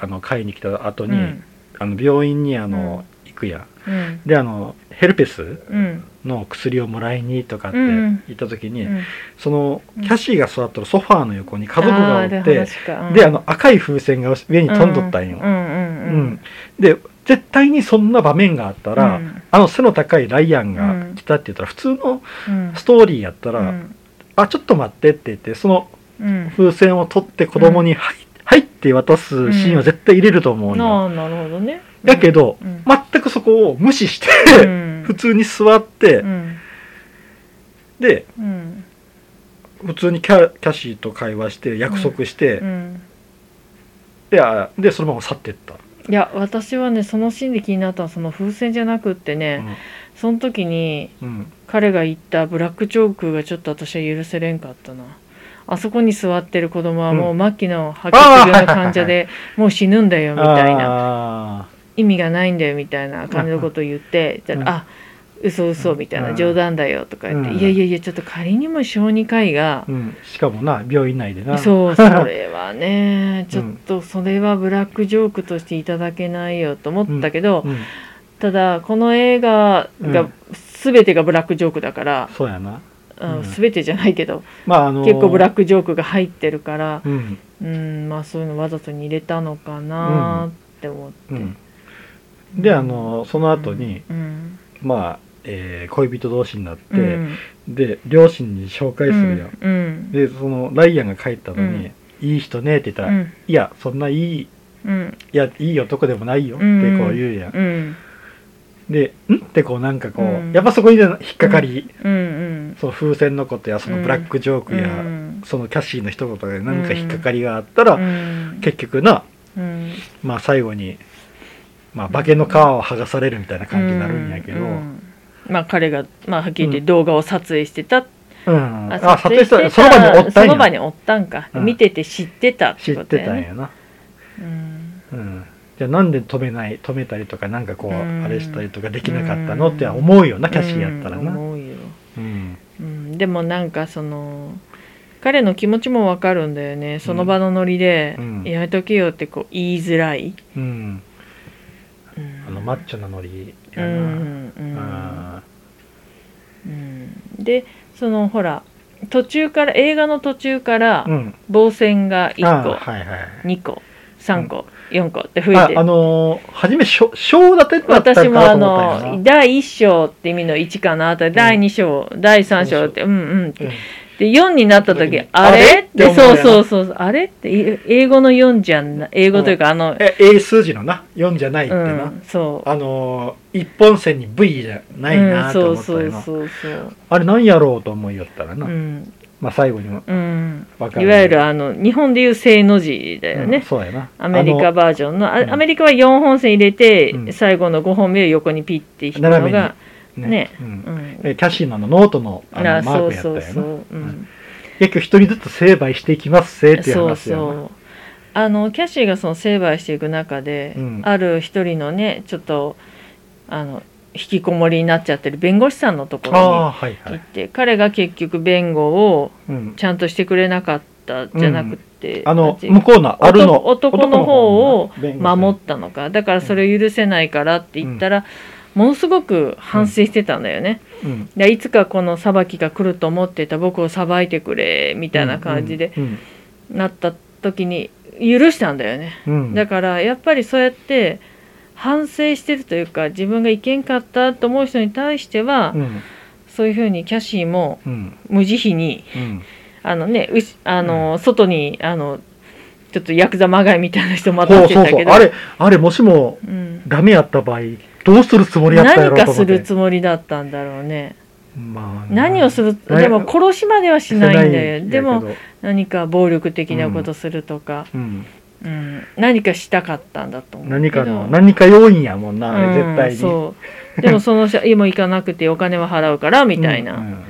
[SPEAKER 1] あの買いに来た後
[SPEAKER 2] う
[SPEAKER 1] に、
[SPEAKER 2] ん
[SPEAKER 1] あの病院にあの、行くやん
[SPEAKER 2] うん
[SPEAKER 1] であのヘルペス
[SPEAKER 2] うん
[SPEAKER 1] の薬をもらいにとかって
[SPEAKER 2] うん
[SPEAKER 1] 行った時に、
[SPEAKER 2] うん
[SPEAKER 1] その
[SPEAKER 2] うん
[SPEAKER 1] キャシーが座ってるソファーの横に家族がお
[SPEAKER 2] あ
[SPEAKER 1] っ
[SPEAKER 2] ー
[SPEAKER 1] て
[SPEAKER 2] で
[SPEAKER 1] で,、
[SPEAKER 2] 話かうん
[SPEAKER 1] あの赤い風船が上に飛んどったんよ、
[SPEAKER 2] うう
[SPEAKER 1] う
[SPEAKER 2] んうんんうん
[SPEAKER 1] で絶対にそんな場面があったら、
[SPEAKER 2] うん
[SPEAKER 1] あの背の高いライアン
[SPEAKER 2] う
[SPEAKER 1] が
[SPEAKER 2] ん
[SPEAKER 1] 来たって言ったら普通の
[SPEAKER 2] うん
[SPEAKER 1] ストーリーやったら「
[SPEAKER 2] うん
[SPEAKER 1] あちょっと待って」って言ってその
[SPEAKER 2] うん
[SPEAKER 1] 風船を取って子供に「はい」はいって渡すシーンは絶対入れると思うよ、
[SPEAKER 2] なあなるほどね
[SPEAKER 1] だけど、
[SPEAKER 2] うん
[SPEAKER 1] 全くそこを無視して、
[SPEAKER 2] うん
[SPEAKER 1] 普通に座って、
[SPEAKER 2] うん
[SPEAKER 1] で
[SPEAKER 2] うん
[SPEAKER 1] 普通にキャキャシーと会話して約束して、
[SPEAKER 2] うん
[SPEAKER 1] であでそのまま去ってった、
[SPEAKER 2] いや私はねそのシーンで気になったのはその風船じゃなくって
[SPEAKER 1] う
[SPEAKER 2] ね、
[SPEAKER 1] ん
[SPEAKER 2] その時に
[SPEAKER 1] うん
[SPEAKER 2] 彼が言ったブラックチョークがちょっと私は許せれんかったなあそこに座ってる子供はも
[SPEAKER 1] う
[SPEAKER 2] う末期の白血病の患者でもう死ぬんだよみたいな
[SPEAKER 1] な
[SPEAKER 2] 意味がないんだよみたいな感じのことを言って
[SPEAKER 1] うん
[SPEAKER 2] じゃああ嘘嘘みたいな冗談だよとか言って、
[SPEAKER 1] うん
[SPEAKER 2] いやいやいやちょっと仮にも小児科医が
[SPEAKER 1] うん、しかもな病院内でな
[SPEAKER 2] そうそれはねち
[SPEAKER 1] う
[SPEAKER 2] ょっ
[SPEAKER 1] ん
[SPEAKER 2] とそれはブラックジョークとしていただけないよと思ったけど、
[SPEAKER 1] うん、
[SPEAKER 2] ただこの映画
[SPEAKER 1] う
[SPEAKER 2] が
[SPEAKER 1] ん
[SPEAKER 2] 全てがブラックジョークだから、
[SPEAKER 1] そうやな
[SPEAKER 2] うん
[SPEAKER 1] うん
[SPEAKER 2] 全てじゃないけど
[SPEAKER 1] まああの
[SPEAKER 2] 結構ブラックジョークが入ってるから
[SPEAKER 1] うん
[SPEAKER 2] うんまあそういうのわざとに入れたのかなって思って。
[SPEAKER 1] うんであのその後に、
[SPEAKER 2] うん
[SPEAKER 1] まあ、えー恋人同士になって、
[SPEAKER 2] うん
[SPEAKER 1] で両親に紹介するよ、
[SPEAKER 2] うん
[SPEAKER 1] でそのライアンが帰ったのに「いい人ね」って言った
[SPEAKER 2] う
[SPEAKER 1] ら「
[SPEAKER 2] ん
[SPEAKER 1] いやそんないい
[SPEAKER 2] うん
[SPEAKER 1] いやいい男でもないよ」って
[SPEAKER 2] うん
[SPEAKER 1] こう言うやん、
[SPEAKER 2] うん
[SPEAKER 1] で「ん?」ってこうなんかこう、
[SPEAKER 2] うん
[SPEAKER 1] やっぱそこにね引っかかり、
[SPEAKER 2] うん
[SPEAKER 1] その風船のことやそのブラックジョーク
[SPEAKER 2] うん
[SPEAKER 1] や、そのキャシーの一言で何か引っかかりがあったら、
[SPEAKER 2] うん
[SPEAKER 1] 結局な
[SPEAKER 2] うん
[SPEAKER 1] まあ最後に、まあ、化けの皮を剥がされるみたいな感じになるんやけど、
[SPEAKER 2] う
[SPEAKER 1] うん
[SPEAKER 2] うんんまあ彼が、まあ、はっきり言って動画を撮影してた、
[SPEAKER 1] あ撮影したその場におった
[SPEAKER 2] その
[SPEAKER 1] ん
[SPEAKER 2] 場
[SPEAKER 1] や
[SPEAKER 2] におったんか、
[SPEAKER 1] うん
[SPEAKER 2] 見てて知ってたっ
[SPEAKER 1] 知
[SPEAKER 2] て
[SPEAKER 1] っ
[SPEAKER 2] こと
[SPEAKER 1] て
[SPEAKER 2] や
[SPEAKER 1] たん
[SPEAKER 2] ね
[SPEAKER 1] やな、
[SPEAKER 2] うん
[SPEAKER 1] うん、じゃあなんで止めない止めたりとかなんかこう、
[SPEAKER 2] うん
[SPEAKER 1] あれしたりとかできなかったのっては思うよなキャシーやったら
[SPEAKER 2] うん
[SPEAKER 1] な、
[SPEAKER 2] 思うよ、
[SPEAKER 1] うん
[SPEAKER 2] うん、でもなんかその彼の気持ちもわかるんだよねその場のノリで
[SPEAKER 1] う
[SPEAKER 2] 「
[SPEAKER 1] ん
[SPEAKER 2] やめとけよ」ってこう言いづらい、
[SPEAKER 1] うんのマッチョなノリ
[SPEAKER 2] う
[SPEAKER 1] やな。
[SPEAKER 2] ん
[SPEAKER 1] う
[SPEAKER 2] う
[SPEAKER 1] んん
[SPEAKER 2] うんでそのほら途中から映画の途中から
[SPEAKER 1] うん。
[SPEAKER 2] 防線が1
[SPEAKER 1] あ
[SPEAKER 2] 個、
[SPEAKER 1] はいはい。
[SPEAKER 2] 2個3個、4個って増え
[SPEAKER 1] あ
[SPEAKER 2] て、
[SPEAKER 1] あのー、初め、章章立てだったんか
[SPEAKER 2] 私も
[SPEAKER 1] なと
[SPEAKER 2] あ
[SPEAKER 1] 思ったよ
[SPEAKER 2] の第1章って意味の1かなと第2章、第3章ってうんうんって
[SPEAKER 1] な。
[SPEAKER 2] で4になった時
[SPEAKER 1] うん
[SPEAKER 2] あ
[SPEAKER 1] あれ
[SPEAKER 2] れっ
[SPEAKER 1] って
[SPEAKER 2] て
[SPEAKER 1] 思うよ
[SPEAKER 2] そう
[SPEAKER 1] な
[SPEAKER 2] そうそうそうあれってい英語の4じゃんな英語というかあの
[SPEAKER 1] え、英数字のな、4じゃないって
[SPEAKER 2] う
[SPEAKER 1] な。
[SPEAKER 2] んそう
[SPEAKER 1] あのー、一本線に V じゃないなと思
[SPEAKER 2] うん
[SPEAKER 1] った
[SPEAKER 2] そ
[SPEAKER 1] よ
[SPEAKER 2] う
[SPEAKER 1] な。
[SPEAKER 2] そうそう
[SPEAKER 1] あれなんやろうと思いよったら
[SPEAKER 2] そうう
[SPEAKER 1] な。
[SPEAKER 2] ん
[SPEAKER 1] まあ最後にも
[SPEAKER 2] うん
[SPEAKER 1] わか
[SPEAKER 2] いわゆる
[SPEAKER 1] あ
[SPEAKER 2] あの日本でいう正の字だよね、
[SPEAKER 1] そうやな。
[SPEAKER 2] アメリカバージョンのあ
[SPEAKER 1] うん
[SPEAKER 2] アメリカは4本線入れて、
[SPEAKER 1] うん
[SPEAKER 2] 最後の5本目を横にピッて引くの
[SPEAKER 1] 斜め
[SPEAKER 2] が、
[SPEAKER 1] あの
[SPEAKER 2] ね
[SPEAKER 1] うん
[SPEAKER 2] うん、
[SPEAKER 1] えキャシーのあのノートのあの
[SPEAKER 2] あ
[SPEAKER 1] マー
[SPEAKER 2] そう
[SPEAKER 1] クやった
[SPEAKER 2] そ
[SPEAKER 1] よ
[SPEAKER 2] う
[SPEAKER 1] な。
[SPEAKER 2] そう、うん、
[SPEAKER 1] 結局一人ずつ成敗していきますせっていう
[SPEAKER 2] そう
[SPEAKER 1] 話やな
[SPEAKER 2] そうあのキャシーがその成敗していく中で、
[SPEAKER 1] うん
[SPEAKER 2] ある一人のねちょっとあの引きこもりになっちゃってる弁護士さんのとこ
[SPEAKER 1] あ
[SPEAKER 2] ろ
[SPEAKER 1] あはいは
[SPEAKER 2] に行っ
[SPEAKER 1] い、
[SPEAKER 2] て、彼が結局弁護を
[SPEAKER 1] うん、
[SPEAKER 2] ちゃんとしてくれなかったじゃなくて、
[SPEAKER 1] あの
[SPEAKER 2] 立ち
[SPEAKER 1] 向こうのあるの
[SPEAKER 2] 男男の方を
[SPEAKER 1] 男の方の
[SPEAKER 2] 守ったのかだからそれを許せないからって言ったら、ものすごく反省してたんだよね。
[SPEAKER 1] うん
[SPEAKER 2] でいつかこの裁きが来ると思ってた僕を裁いてくれみ
[SPEAKER 1] み
[SPEAKER 2] たいな感じで
[SPEAKER 1] うん
[SPEAKER 2] なった時に許したんだよね
[SPEAKER 1] うん
[SPEAKER 2] だからやっぱりそうやって反省してるというか自分がいけんかったと思う人に対しては、
[SPEAKER 1] うん
[SPEAKER 2] そういうふうにキャシーも
[SPEAKER 1] うん
[SPEAKER 2] 無慈悲に
[SPEAKER 1] うん
[SPEAKER 2] あのねうしあの、外にあのちょっとヤクザまがいみたいな人また
[SPEAKER 1] そ
[SPEAKER 2] っ
[SPEAKER 1] う
[SPEAKER 2] て
[SPEAKER 1] そう
[SPEAKER 2] た
[SPEAKER 1] そう
[SPEAKER 2] けど
[SPEAKER 1] あれあれもしも
[SPEAKER 2] うん、
[SPEAKER 1] ダメやった場合どうするつもりやったや
[SPEAKER 2] 何
[SPEAKER 1] ろう
[SPEAKER 2] か
[SPEAKER 1] と思
[SPEAKER 2] す
[SPEAKER 1] って
[SPEAKER 2] るつもりだったんだろうね
[SPEAKER 1] まあ
[SPEAKER 2] 何をする
[SPEAKER 1] うん
[SPEAKER 2] でも殺しまではしないんだよ
[SPEAKER 1] し
[SPEAKER 2] で
[SPEAKER 1] ないんや
[SPEAKER 2] も
[SPEAKER 1] けど
[SPEAKER 2] 何か暴力的なことするとか、
[SPEAKER 1] うん、
[SPEAKER 2] うん、何かしたかったんだと思うけど
[SPEAKER 1] 何かの何か要因やもんな、あれ絶対
[SPEAKER 2] うん
[SPEAKER 1] に
[SPEAKER 2] そうでもその人今行かなくてお金は払うからみたい
[SPEAKER 1] うんう
[SPEAKER 2] なん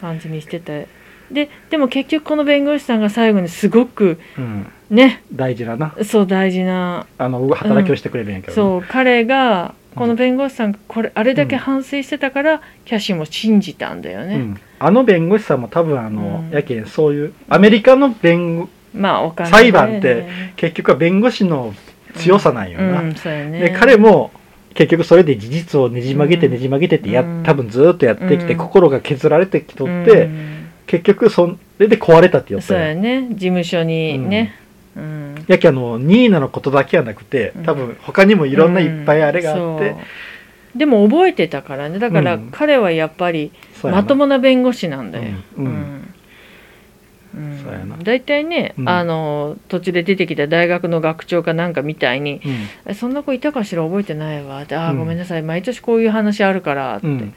[SPEAKER 2] 感じにしててででも結局この弁護士さんが最後にすごく
[SPEAKER 1] うん
[SPEAKER 2] ね
[SPEAKER 1] 大事だな
[SPEAKER 2] そう大事な
[SPEAKER 1] あの働きをしてくれるんやけどね、
[SPEAKER 2] そう彼がこの弁護士さんがこれあれだけ反省してたからキャシーも信じたんだよ
[SPEAKER 1] う
[SPEAKER 2] ね、
[SPEAKER 1] ん、あの弁護士さんも多分あの、
[SPEAKER 2] うん
[SPEAKER 1] やけんそういうアメリカの弁護
[SPEAKER 2] まあお金
[SPEAKER 1] 裁判って結局は弁護士の強さなんよな、
[SPEAKER 2] うんそうやね
[SPEAKER 1] で彼も結局それで事実をねじ曲げてねじ曲げてってや、
[SPEAKER 2] うん
[SPEAKER 1] 多分ずーっとやってきて、
[SPEAKER 2] うん
[SPEAKER 1] 心が削られてきとって、
[SPEAKER 2] うん
[SPEAKER 1] 結局それで壊れたって言った
[SPEAKER 2] そう
[SPEAKER 1] よ
[SPEAKER 2] やね事務所にね、うん
[SPEAKER 1] やけんあのニーナのことだけはなくて
[SPEAKER 2] うん
[SPEAKER 1] 多分他にもいろんないっぱいあれがあっ
[SPEAKER 2] うん
[SPEAKER 1] て、
[SPEAKER 2] そうでも覚えてたからねだか
[SPEAKER 1] う
[SPEAKER 2] ら
[SPEAKER 1] ん
[SPEAKER 2] 彼はやっぱり
[SPEAKER 1] そうやな
[SPEAKER 2] まともな弁護士なんだよ、
[SPEAKER 1] うんうん
[SPEAKER 2] うん
[SPEAKER 1] そうやな
[SPEAKER 2] 大体ね、
[SPEAKER 1] うん
[SPEAKER 2] あの途中で出てきた大学の学長かなんかみたいに
[SPEAKER 1] うん
[SPEAKER 2] 「えそんな子いたかしら覚えてないわ」って「ああ
[SPEAKER 1] うん
[SPEAKER 2] ごめんなさい毎年こういう話あるから」って、
[SPEAKER 1] う
[SPEAKER 2] うんん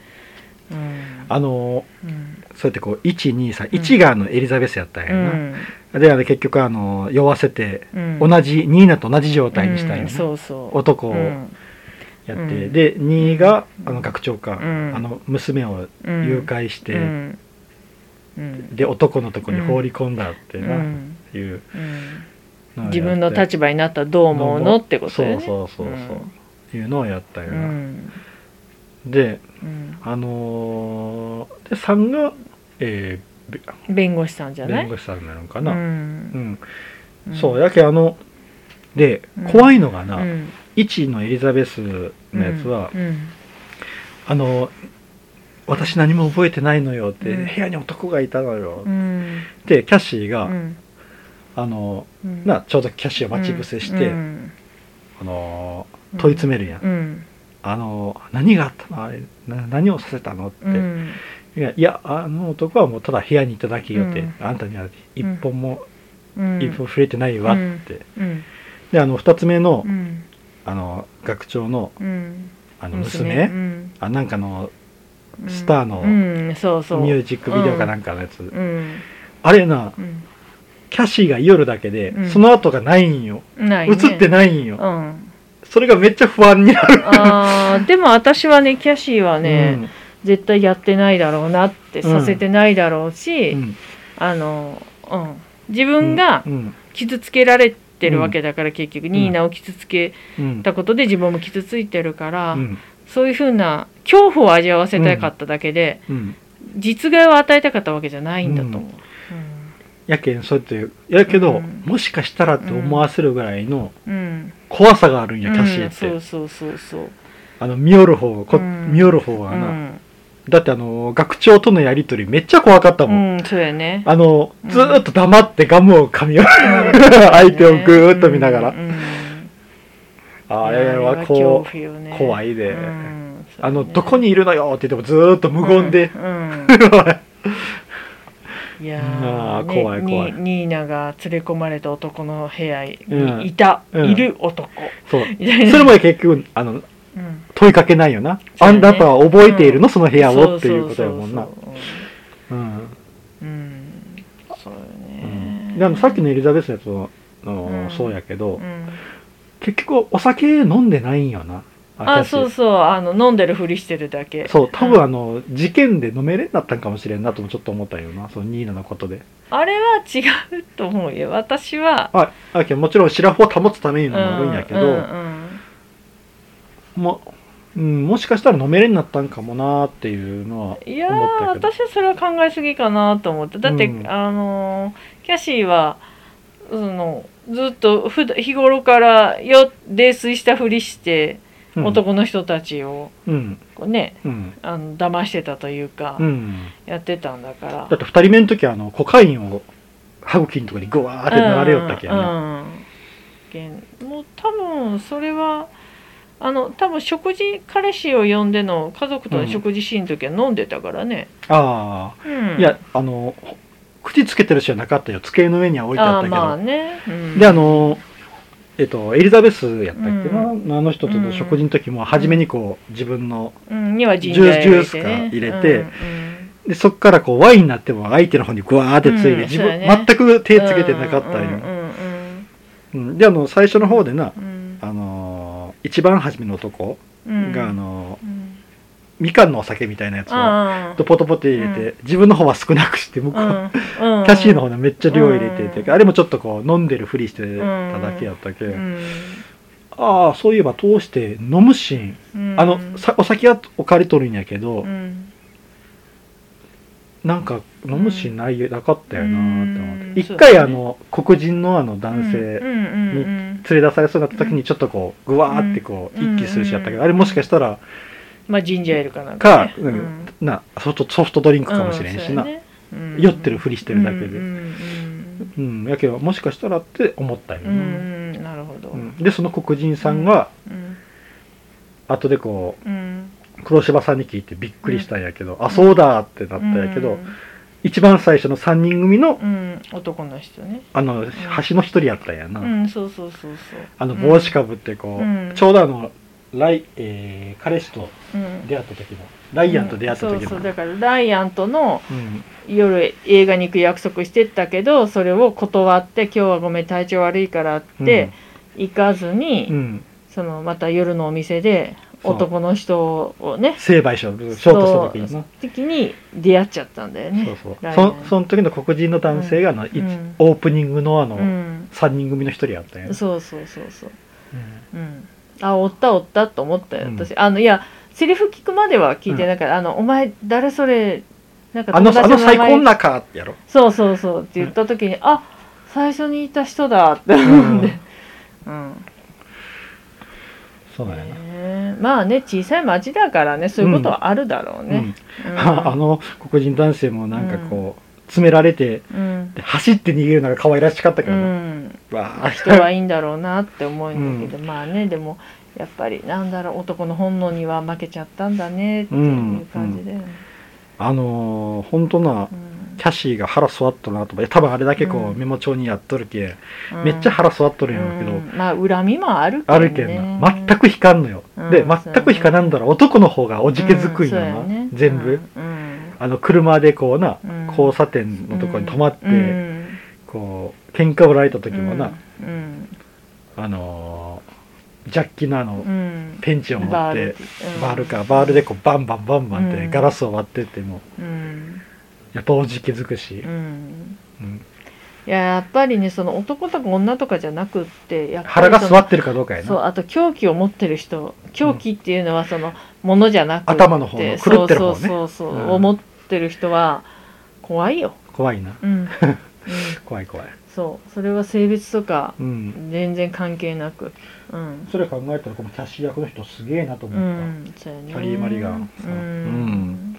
[SPEAKER 1] あのー
[SPEAKER 2] うん
[SPEAKER 1] そうやってこう123、1があのエリザベスやったんや
[SPEAKER 2] う
[SPEAKER 1] な、
[SPEAKER 2] ん
[SPEAKER 1] であれ結局あの酔わせて
[SPEAKER 2] うん
[SPEAKER 1] 同じニーナと同じ状態にしたんよ
[SPEAKER 2] うん
[SPEAKER 1] ね、
[SPEAKER 2] そうそう
[SPEAKER 1] 男を
[SPEAKER 2] う
[SPEAKER 1] やっ
[SPEAKER 2] ん
[SPEAKER 1] て、
[SPEAKER 2] うん
[SPEAKER 1] で2があの学長か、
[SPEAKER 2] うん
[SPEAKER 1] あの娘を
[SPEAKER 2] うん
[SPEAKER 1] 誘拐して、
[SPEAKER 2] うんうん
[SPEAKER 1] で男のとこに放り込んだって
[SPEAKER 2] う
[SPEAKER 1] な、っ
[SPEAKER 2] ん
[SPEAKER 1] ていう
[SPEAKER 2] うん
[SPEAKER 1] のをやって
[SPEAKER 2] 自分の立場になったらどう思うのってことよね
[SPEAKER 1] そうそうそうそう、いうのをやったよ
[SPEAKER 2] う
[SPEAKER 1] な、
[SPEAKER 2] ん
[SPEAKER 1] で
[SPEAKER 2] うん
[SPEAKER 1] あのーで3が、えーべ
[SPEAKER 2] 弁護士さんじゃない
[SPEAKER 1] 弁護士さんなのかな、
[SPEAKER 2] う
[SPEAKER 1] うんんそうやけあので、
[SPEAKER 2] うん
[SPEAKER 1] 怖いのがな、
[SPEAKER 2] うん
[SPEAKER 1] 1のエリザベスのやつは、
[SPEAKER 2] うん
[SPEAKER 1] あの私何も覚えてないのよって、
[SPEAKER 2] うん
[SPEAKER 1] 部屋に男がいたのよ
[SPEAKER 2] う
[SPEAKER 1] っ
[SPEAKER 2] ん
[SPEAKER 1] てキャシーが、
[SPEAKER 2] うん
[SPEAKER 1] あの
[SPEAKER 2] うん
[SPEAKER 1] なちょうどキャシーを待ち伏せして、
[SPEAKER 2] うん
[SPEAKER 1] あの問い詰めるやん、
[SPEAKER 2] うん
[SPEAKER 1] あの何があったのあれな何をさせたのって、
[SPEAKER 2] うん
[SPEAKER 1] いやいやあの男はもうただ部屋にいただけよって、
[SPEAKER 2] うん
[SPEAKER 1] あんたには一本も、
[SPEAKER 2] うん
[SPEAKER 1] 一本触れてないわって、
[SPEAKER 2] うん
[SPEAKER 1] であの2つ目の,、
[SPEAKER 2] うん
[SPEAKER 1] あの学長の
[SPEAKER 2] うん
[SPEAKER 1] あの娘
[SPEAKER 2] うん
[SPEAKER 1] あなんかの
[SPEAKER 2] うん
[SPEAKER 1] スターの
[SPEAKER 2] うんそうそう
[SPEAKER 1] ミュージックビデオかなんかのやつ、
[SPEAKER 2] うん
[SPEAKER 1] あれな
[SPEAKER 2] うん
[SPEAKER 1] キャシーが夜だけで、
[SPEAKER 2] うん
[SPEAKER 1] その後がないんよ
[SPEAKER 2] ない
[SPEAKER 1] 映
[SPEAKER 2] ね
[SPEAKER 1] ってないんよ、
[SPEAKER 2] うん
[SPEAKER 1] それがめっちゃ不安になる、
[SPEAKER 2] あーでも私はねキャシーはね、絶対やってないだろうなって、
[SPEAKER 1] うん
[SPEAKER 2] させてないだろう
[SPEAKER 1] う
[SPEAKER 2] し、
[SPEAKER 1] んうん
[SPEAKER 2] あの、うん、自分が
[SPEAKER 1] うん
[SPEAKER 2] 傷つけられてるわけだから、結局ニーナを傷つけ
[SPEAKER 1] うん
[SPEAKER 2] たことで自分も傷ついてるから、
[SPEAKER 1] うん
[SPEAKER 2] そういうふうな恐怖を味わわせたかっただけで、
[SPEAKER 1] うん
[SPEAKER 2] 実害を与えたかったわけじゃないんだと思う。
[SPEAKER 1] やけんそうやってやけど、
[SPEAKER 2] うん
[SPEAKER 1] もしかしたらって思わせるぐらいの
[SPEAKER 2] うん、うん
[SPEAKER 1] 怖さがあるんや、キャシ
[SPEAKER 2] う
[SPEAKER 1] ー
[SPEAKER 2] ん
[SPEAKER 1] って、
[SPEAKER 2] そうそうそうそう
[SPEAKER 1] あの見よる方こ、
[SPEAKER 2] うん
[SPEAKER 1] 見よる方は
[SPEAKER 2] う
[SPEAKER 1] な、
[SPEAKER 2] ん
[SPEAKER 1] だってあの学長とのやり取りめっちゃ怖かったもん、
[SPEAKER 2] うんそうやね
[SPEAKER 1] あのずーっと黙ってガムを噛みよる、相手をぐーっと見ながら、
[SPEAKER 2] うんうん
[SPEAKER 1] あれは
[SPEAKER 2] あれは恐
[SPEAKER 1] こう
[SPEAKER 2] 怖よね
[SPEAKER 1] 怖いで
[SPEAKER 2] うん
[SPEAKER 1] あの
[SPEAKER 2] そうね
[SPEAKER 1] どこにいるのよって言ってもずーっと無言で、
[SPEAKER 2] うんうんい や
[SPEAKER 1] あ
[SPEAKER 2] ー
[SPEAKER 1] ー
[SPEAKER 2] ね
[SPEAKER 1] 怖い怖い
[SPEAKER 2] にニーナが連れ込まれた男の部屋に
[SPEAKER 1] うん
[SPEAKER 2] いた、
[SPEAKER 1] うん
[SPEAKER 2] いる男
[SPEAKER 1] そう
[SPEAKER 2] みたいな
[SPEAKER 1] それも結局あの
[SPEAKER 2] うん
[SPEAKER 1] 問いかけないよな、
[SPEAKER 2] そ
[SPEAKER 1] あ
[SPEAKER 2] うやね
[SPEAKER 1] んたは覚えているの、その部屋をっていうことやもんな
[SPEAKER 2] そうそうそ
[SPEAKER 1] う
[SPEAKER 2] う
[SPEAKER 1] ん
[SPEAKER 2] そううんそうよ
[SPEAKER 1] うん
[SPEAKER 2] ね
[SPEAKER 1] であのさっきのエリザベスのやつもあの
[SPEAKER 2] うん
[SPEAKER 1] そうやけど、
[SPEAKER 2] うん
[SPEAKER 1] 結局お酒飲んでないんよな
[SPEAKER 2] あ
[SPEAKER 1] キャシー
[SPEAKER 2] そうそうあの飲んでるふりしてるだけ
[SPEAKER 1] そう多分
[SPEAKER 2] ん
[SPEAKER 1] あの、事件で飲めれんなったんかもしれんなともちょっと思ったよなそのニーナのことで
[SPEAKER 2] あれは違うと思うよ私は
[SPEAKER 1] ああけどもちろん白穂を保つために
[SPEAKER 2] う
[SPEAKER 1] も飲むんやけど、
[SPEAKER 2] うんうん
[SPEAKER 1] もうん、もしかしたら飲めれんなったんかもなーっていうのは
[SPEAKER 2] うんいや
[SPEAKER 1] 思
[SPEAKER 2] ー
[SPEAKER 1] ったけど
[SPEAKER 2] 私はそれは考えすぎかなと思ってだって、
[SPEAKER 1] うん
[SPEAKER 2] あのーキャシーはそのずっと普段日頃からよ泥酔したふりして、
[SPEAKER 1] うん
[SPEAKER 2] 男の人たちを
[SPEAKER 1] うん
[SPEAKER 2] こうね
[SPEAKER 1] うん、
[SPEAKER 2] あの騙してたというか、
[SPEAKER 1] うん、
[SPEAKER 2] やってたんだから
[SPEAKER 1] だって二人目の時はあのコカインを歯茎のとこにグワーって塗られよったけやね、
[SPEAKER 2] うんうんうんもう多分それはあの多分食事彼氏を呼んでの家族との食事シーンの時は飲んでたからね、
[SPEAKER 1] あ
[SPEAKER 2] う
[SPEAKER 1] あ
[SPEAKER 2] ん、
[SPEAKER 1] いやあのほ口つけてる人はなかったよ机の上には置いてあ
[SPEAKER 2] あ
[SPEAKER 1] っ
[SPEAKER 2] あ
[SPEAKER 1] たけど、
[SPEAKER 2] まあね、うん
[SPEAKER 1] であのえっとエリザベスやったっけな、
[SPEAKER 2] う
[SPEAKER 1] あの人との食事の時も初めにこう自分の
[SPEAKER 2] うん、にはジン
[SPEAKER 1] ジ
[SPEAKER 2] ジ
[SPEAKER 1] ュ
[SPEAKER 2] ャ
[SPEAKER 1] ース
[SPEAKER 2] ー
[SPEAKER 1] ジュース
[SPEAKER 2] エール入
[SPEAKER 1] か
[SPEAKER 2] れ
[SPEAKER 1] 入れて
[SPEAKER 2] てね
[SPEAKER 1] でそっからこうワインになっても相手の方にグワーってついて、
[SPEAKER 2] うん
[SPEAKER 1] 自
[SPEAKER 2] そう
[SPEAKER 1] 分、
[SPEAKER 2] やね
[SPEAKER 1] 全く
[SPEAKER 2] うん
[SPEAKER 1] 手つけてなかったよ、
[SPEAKER 2] うんうん
[SPEAKER 1] うんであの最初の方でな、
[SPEAKER 2] うん
[SPEAKER 1] あのー一番初めの男
[SPEAKER 2] う
[SPEAKER 1] が、
[SPEAKER 2] ん
[SPEAKER 1] あのー
[SPEAKER 2] うん
[SPEAKER 1] みかんのお酒みたいなやつを
[SPEAKER 2] あ
[SPEAKER 1] とポトポト入れて、自分の方は少なくして向こう、
[SPEAKER 2] あうんうん
[SPEAKER 1] キャシーの方でめっちゃ量入れてて、
[SPEAKER 2] うん
[SPEAKER 1] あれもちょっとこう飲んでるふりしてただけやったけ、
[SPEAKER 2] うん
[SPEAKER 1] ああそういえば通して飲むシーン
[SPEAKER 2] うん
[SPEAKER 1] あのさお酒はお借りとるんやけど、
[SPEAKER 2] うん
[SPEAKER 1] なんか飲むシーンないなかったよなーって思って、
[SPEAKER 2] うん
[SPEAKER 1] 一回
[SPEAKER 2] そうだ
[SPEAKER 1] あ
[SPEAKER 2] ね
[SPEAKER 1] の黒人のあの男性、
[SPEAKER 2] うんうんうん
[SPEAKER 1] 連れ出されそうになった時にちょっとこうぐわーってこう
[SPEAKER 2] うん
[SPEAKER 1] 一気するしやったけど、
[SPEAKER 2] うん
[SPEAKER 1] あれもしかしたら
[SPEAKER 2] まあジンジャーエールかなんか、
[SPEAKER 1] かう
[SPEAKER 2] ね、、
[SPEAKER 1] んなソフトソフトドリンクかもしれんしな、
[SPEAKER 2] う
[SPEAKER 1] うん
[SPEAKER 2] そうやねうん
[SPEAKER 1] 酔ってるふりしてるだけで
[SPEAKER 2] うんうん
[SPEAKER 1] やけどもしかしたらって思ったよ
[SPEAKER 2] うんう
[SPEAKER 1] ね、
[SPEAKER 2] んうんなるほど、
[SPEAKER 1] うんでその黒人さんが
[SPEAKER 2] うん
[SPEAKER 1] 後でこ
[SPEAKER 2] うん
[SPEAKER 1] う黒柴さんに聞いてびっくりしたんやけど、あそうだーってなったんやけど、一番最初の3人組の
[SPEAKER 2] うん、うん男の人ね
[SPEAKER 1] あの橋の一人やったんやな、
[SPEAKER 2] うんそうそうそうそう
[SPEAKER 1] あの帽子かぶってこう、
[SPEAKER 2] うん
[SPEAKER 1] ちょうどあの来、えー彼氏と
[SPEAKER 2] うん
[SPEAKER 1] 出会った時のライアンと出会った
[SPEAKER 2] うん
[SPEAKER 1] 時
[SPEAKER 2] そう
[SPEAKER 1] の、
[SPEAKER 2] そうだからライアンとの
[SPEAKER 1] うん
[SPEAKER 2] 夜映画に行く約束してったけどそれを断って「今日はごめん体調悪いから」って、行かずに、
[SPEAKER 1] うんうん
[SPEAKER 2] そのまた夜のお店で
[SPEAKER 1] そう
[SPEAKER 2] 男の人をね
[SPEAKER 1] 成敗しようショートした時にな
[SPEAKER 2] 的に出会っちゃったんだよね
[SPEAKER 1] そうそう
[SPEAKER 2] ライアン
[SPEAKER 1] そその時の黒人の男性があの、い
[SPEAKER 2] うん
[SPEAKER 1] オープニングのあの、
[SPEAKER 2] うん
[SPEAKER 1] 3人組の一人やったんや、
[SPEAKER 2] そうそうそうそう
[SPEAKER 1] うん
[SPEAKER 2] うんあおったおったと思ったよ
[SPEAKER 1] うん
[SPEAKER 2] 私、あのいやセリフ聞くまでは聞いてなかった、あのお前誰それなんか
[SPEAKER 1] あのあの最
[SPEAKER 2] 名
[SPEAKER 1] 高
[SPEAKER 2] 前
[SPEAKER 1] の中って やろ、
[SPEAKER 2] そうそうそうって言った時に、あ最初にいた人だって思って、うん
[SPEAKER 1] そうなんやな、
[SPEAKER 2] ねえまあね小さい町だからねそういうことはあるだろうね、
[SPEAKER 1] う、
[SPEAKER 2] うんん
[SPEAKER 1] あの黒人男性もなんかこう詰められて
[SPEAKER 2] うん
[SPEAKER 1] で走って逃げるのが可愛らしかったか
[SPEAKER 2] う
[SPEAKER 1] らな、
[SPEAKER 2] ん
[SPEAKER 1] わあ
[SPEAKER 2] 人はいいんだろうなって思うんだけど、まあねでもやっぱりなんだろう男の本能には負けちゃったんだねっていう感じで、うん
[SPEAKER 1] あのー、本当なキャシーが腹座っとるなと思って多分あれだけこう、
[SPEAKER 2] うん
[SPEAKER 1] メモ帳にやっとるけ、
[SPEAKER 2] うん
[SPEAKER 1] めっちゃ腹座っとるんやろうけど、
[SPEAKER 2] うんまあ恨みもある
[SPEAKER 1] あるけんな全く引かんのよ、
[SPEAKER 2] うん
[SPEAKER 1] で
[SPEAKER 2] そうやね
[SPEAKER 1] 全く引かなんだら男の方がおじけづくんやな、
[SPEAKER 2] うんそうやね
[SPEAKER 1] 全部、
[SPEAKER 2] うん
[SPEAKER 1] あの車でこうな、
[SPEAKER 2] うん
[SPEAKER 1] 交差点のとこに止まって、
[SPEAKER 2] うん
[SPEAKER 1] こう喧嘩売られた時もな、
[SPEAKER 2] うん
[SPEAKER 1] あのージャッキのあの、
[SPEAKER 2] うん
[SPEAKER 1] ペンチを持
[SPEAKER 2] バ
[SPEAKER 1] っ
[SPEAKER 2] ー
[SPEAKER 1] て
[SPEAKER 2] ルうん
[SPEAKER 1] バールかバールでこうバンバンバンバンって
[SPEAKER 2] うん
[SPEAKER 1] ガラスを割ってっても
[SPEAKER 2] うん
[SPEAKER 1] やっぱおじけづくし
[SPEAKER 2] う、ん
[SPEAKER 1] うん
[SPEAKER 2] いややっぱりねその男とか女とかじゃなくってやっぱり
[SPEAKER 1] 腹が
[SPEAKER 2] その
[SPEAKER 1] 座ってるかどうかや
[SPEAKER 2] そう
[SPEAKER 1] な
[SPEAKER 2] あと狂気を持ってる人狂気っていうのはそのものじゃなくて
[SPEAKER 1] 頭の方の狂ってる方ね
[SPEAKER 2] そうそうそうそう、
[SPEAKER 1] うん
[SPEAKER 2] を持ってる人は怖いよ、
[SPEAKER 1] 怖いな
[SPEAKER 2] うんうん
[SPEAKER 1] 怖い怖い。
[SPEAKER 2] そうそれは性別とか
[SPEAKER 1] うん。
[SPEAKER 2] 全然関係なくうん
[SPEAKER 1] それ考えたらこのキャッシー役の人すげえなと
[SPEAKER 2] う
[SPEAKER 1] 思った。
[SPEAKER 2] んそうやね
[SPEAKER 1] キャリーマリガン
[SPEAKER 2] う
[SPEAKER 1] さん
[SPEAKER 2] ん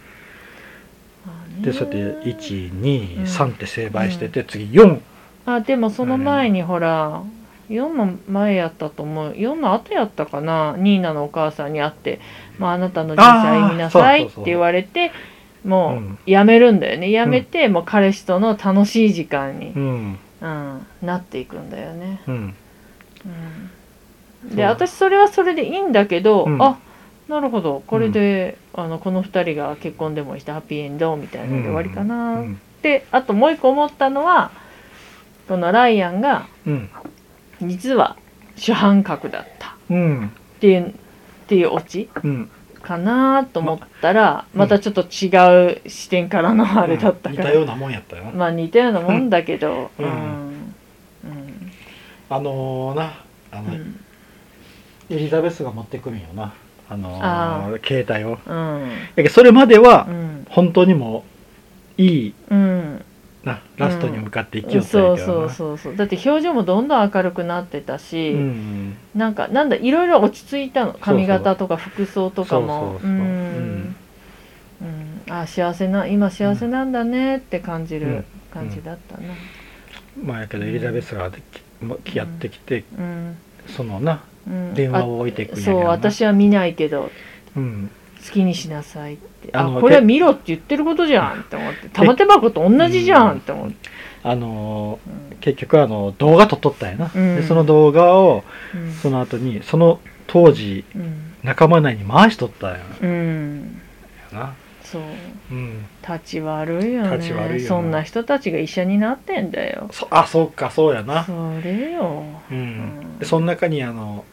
[SPEAKER 2] まあね
[SPEAKER 1] でそうやって
[SPEAKER 2] うん
[SPEAKER 1] 123って成敗してて、次4
[SPEAKER 2] あでもその前にほら4の前やったと思う4の後やったかなニーナのお母さんに会って「まあ、あなたの人生見なさい」
[SPEAKER 1] あーそうそう
[SPEAKER 2] っ
[SPEAKER 1] そう
[SPEAKER 2] て言われても
[SPEAKER 1] うん
[SPEAKER 2] うやめるんだよねやめて、もう彼氏との楽しい時間に
[SPEAKER 1] う、ん
[SPEAKER 2] うん、なっていくんだよね。
[SPEAKER 1] うん
[SPEAKER 2] うん、
[SPEAKER 1] そう
[SPEAKER 2] で私それはそれでいいんだけど、
[SPEAKER 1] うん
[SPEAKER 2] あなるほどこれで、あのこの2人が結婚でもしてハッピーエンドみたいなので終わりかな
[SPEAKER 1] うん
[SPEAKER 2] であともう一個思ったのはこのライアンが
[SPEAKER 1] うん
[SPEAKER 2] 実は主犯格だった
[SPEAKER 1] うん
[SPEAKER 2] っていうっていうオチ
[SPEAKER 1] うん
[SPEAKER 2] かなと思ったら
[SPEAKER 1] ま
[SPEAKER 2] またちょっと違う視点からのあれだった
[SPEAKER 1] 似
[SPEAKER 2] か
[SPEAKER 1] た
[SPEAKER 2] ら、
[SPEAKER 1] ようなもんやったよな、
[SPEAKER 2] まあ似たようなもんだけど
[SPEAKER 1] う
[SPEAKER 2] うんんうん
[SPEAKER 1] あのーなあ
[SPEAKER 2] う
[SPEAKER 1] の、
[SPEAKER 2] ん
[SPEAKER 1] エリザベスが持ってくるんよなあのー
[SPEAKER 2] あ
[SPEAKER 1] 携帯を
[SPEAKER 2] うん
[SPEAKER 1] だけどそれまでは
[SPEAKER 2] うん
[SPEAKER 1] 本当にもういい
[SPEAKER 2] うん
[SPEAKER 1] なラストに向かっていき
[SPEAKER 2] う
[SPEAKER 1] よ
[SPEAKER 2] ん
[SPEAKER 1] ったん
[SPEAKER 2] そ
[SPEAKER 1] や
[SPEAKER 2] う
[SPEAKER 1] け
[SPEAKER 2] そ
[SPEAKER 1] ど
[SPEAKER 2] う
[SPEAKER 1] な
[SPEAKER 2] そうそうだって表情もどんどん明るくなってたし、
[SPEAKER 1] うん
[SPEAKER 2] なんかなんだいろいろ落ち着いたの髪型とか服装とか
[SPEAKER 1] そ
[SPEAKER 2] も
[SPEAKER 1] うそうそうう
[SPEAKER 2] う
[SPEAKER 1] ん
[SPEAKER 2] ん、うんあ幸せな今幸せなんだねって感じる感じだったな
[SPEAKER 1] まあやけどエリザベスができもきやってきて
[SPEAKER 2] うん、
[SPEAKER 1] そのな
[SPEAKER 2] うん、
[SPEAKER 1] 電話
[SPEAKER 2] を
[SPEAKER 1] を置いていくんやけ
[SPEAKER 2] そう
[SPEAKER 1] どな
[SPEAKER 2] 私は見ないけど
[SPEAKER 1] うん
[SPEAKER 2] 好きにしなさいって
[SPEAKER 1] あ
[SPEAKER 2] あ
[SPEAKER 1] の
[SPEAKER 2] これは見ろって言ってることじゃんって思って玉手箱と同じじゃんって思って、
[SPEAKER 1] あの
[SPEAKER 2] う
[SPEAKER 1] ー結局あの動画撮っとったんやな、
[SPEAKER 2] うん
[SPEAKER 1] でその動画を
[SPEAKER 2] ん
[SPEAKER 1] その後にその当時
[SPEAKER 2] うん、
[SPEAKER 1] 仲間内に回しとったんや
[SPEAKER 2] うんうん、
[SPEAKER 1] な、
[SPEAKER 2] そう
[SPEAKER 1] うん、
[SPEAKER 2] 立ち悪いよね
[SPEAKER 1] 立ち悪いよな
[SPEAKER 2] そんな人たちが医者になってんだよ
[SPEAKER 1] そあそうかそうやな
[SPEAKER 2] それよ
[SPEAKER 1] うんでその中にあの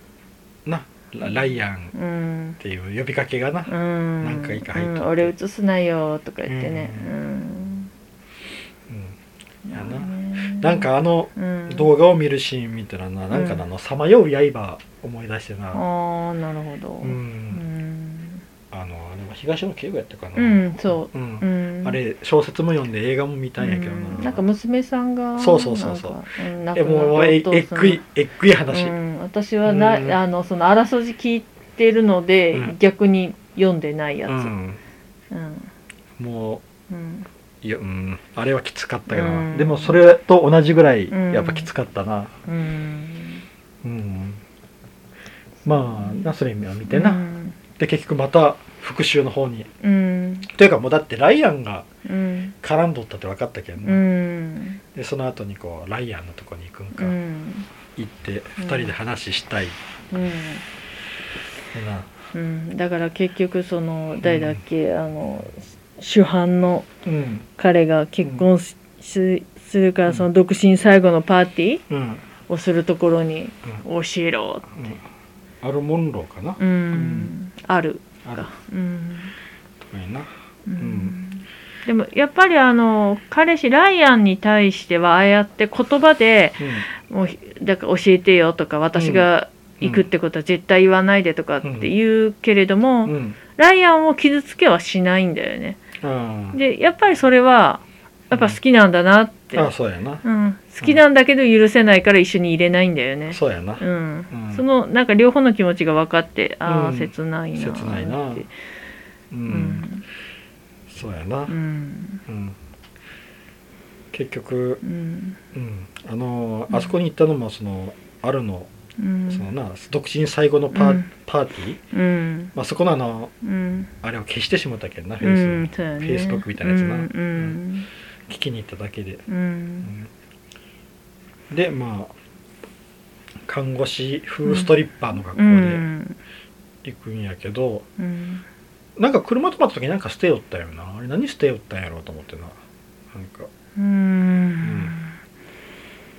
[SPEAKER 1] なラライアンっ
[SPEAKER 2] うん
[SPEAKER 1] ていう呼びかけがな、
[SPEAKER 2] うん
[SPEAKER 1] なんかいいか入っとって
[SPEAKER 2] うん、俺映すなよとか言ってね
[SPEAKER 1] う
[SPEAKER 2] うん、
[SPEAKER 1] うんやな
[SPEAKER 2] ね
[SPEAKER 1] なん、かあの
[SPEAKER 2] うん、
[SPEAKER 1] 動画を見るシーン見たらな、なんかなあのさまよう刃思い出してな、
[SPEAKER 2] ああなるほど
[SPEAKER 1] うん
[SPEAKER 2] うん、
[SPEAKER 1] あのあれは東野圭吾やったかな、、
[SPEAKER 2] うんそうう、うん、
[SPEAKER 1] あれ小説も読んで映画も見たんやけどな,、
[SPEAKER 2] うんなんか娘さんが
[SPEAKER 1] そうそうそうそう
[SPEAKER 2] なんか
[SPEAKER 1] え
[SPEAKER 2] うん亡くなった
[SPEAKER 1] もうえ
[SPEAKER 2] お父
[SPEAKER 1] えっ
[SPEAKER 2] さん
[SPEAKER 1] くいえっくい話、
[SPEAKER 2] うん、私はな、
[SPEAKER 1] うん
[SPEAKER 2] あのそのあらすじ聞いてるので、
[SPEAKER 1] うん
[SPEAKER 2] 逆に読んでないやつ、
[SPEAKER 1] うん
[SPEAKER 2] うん
[SPEAKER 1] も
[SPEAKER 2] うん
[SPEAKER 1] ういや、うん、あれはきつかったかな、
[SPEAKER 2] うん
[SPEAKER 1] でもそれと同じぐらい
[SPEAKER 2] うん
[SPEAKER 1] やっぱきつかったな、
[SPEAKER 2] うん、
[SPEAKER 1] うんまあなそれは見てな、
[SPEAKER 2] うん
[SPEAKER 1] で結局また復讐の方に
[SPEAKER 2] うん
[SPEAKER 1] というかもうだってライアンが
[SPEAKER 2] うん
[SPEAKER 1] 絡んどったって分かったけん
[SPEAKER 2] う
[SPEAKER 1] な、
[SPEAKER 2] ん
[SPEAKER 1] でその後にこうライアンのとこに行くん
[SPEAKER 2] う
[SPEAKER 1] か、
[SPEAKER 2] ん
[SPEAKER 1] 行って2人で話したい
[SPEAKER 2] うん
[SPEAKER 1] でな、
[SPEAKER 2] うんだから結局その誰だっけ、あの主犯の
[SPEAKER 1] うん
[SPEAKER 2] 彼が結婚し、すするか
[SPEAKER 1] うん
[SPEAKER 2] らその独身最後のパーティー
[SPEAKER 1] うんうん
[SPEAKER 2] をするところに教えろ、
[SPEAKER 1] アルモンローかな、
[SPEAKER 2] うん
[SPEAKER 1] ん
[SPEAKER 2] ある、
[SPEAKER 1] ある
[SPEAKER 2] うん
[SPEAKER 1] 特にな
[SPEAKER 2] うん、でもやっぱりあの彼氏ライアンに対してはああやって言葉でもうひだから教えてよとか私が行くってことは絶対言わないでとかって言うけれども、
[SPEAKER 1] うん、うん
[SPEAKER 2] ライアンを傷つけはしないんだよね。
[SPEAKER 1] うん
[SPEAKER 2] でやっぱりそれはやっぱ好きなんだなって、
[SPEAKER 1] あそうやな
[SPEAKER 2] うん、好きなんだけど許せないから一緒に入れないんだよね。
[SPEAKER 1] そうやな、
[SPEAKER 2] うん
[SPEAKER 1] うん
[SPEAKER 2] そのなんか両方の気持ちが分かってああ、
[SPEAKER 1] うん
[SPEAKER 2] 切ないな
[SPEAKER 1] 切ないな
[SPEAKER 2] って
[SPEAKER 1] う、
[SPEAKER 2] うんん
[SPEAKER 1] そうやな
[SPEAKER 2] う、ん
[SPEAKER 1] うん、結局、
[SPEAKER 2] うん
[SPEAKER 1] うん、あの
[SPEAKER 2] うん
[SPEAKER 1] あそこに行ったのもそのあるの
[SPEAKER 2] うん
[SPEAKER 1] そのな独身最後のパー,、
[SPEAKER 2] うん
[SPEAKER 1] パーティー、
[SPEAKER 2] うん
[SPEAKER 1] まあ、そこのあの
[SPEAKER 2] うん
[SPEAKER 1] あれを消してしまったけんなフ
[SPEAKER 2] う
[SPEAKER 1] ェイスを、
[SPEAKER 2] んそうやね
[SPEAKER 1] Facebook みたいなやつな
[SPEAKER 2] うん
[SPEAKER 1] 聞きに行っただけで、
[SPEAKER 2] うんうん
[SPEAKER 1] うんでまあ看護師風ストリッパーの学
[SPEAKER 2] う
[SPEAKER 1] 校
[SPEAKER 2] ん
[SPEAKER 1] で行くんやけど、
[SPEAKER 2] うん
[SPEAKER 1] なんか車止まった時になんか捨てよったよなあれ何捨てよったんやろうと思ってななんか
[SPEAKER 2] うーん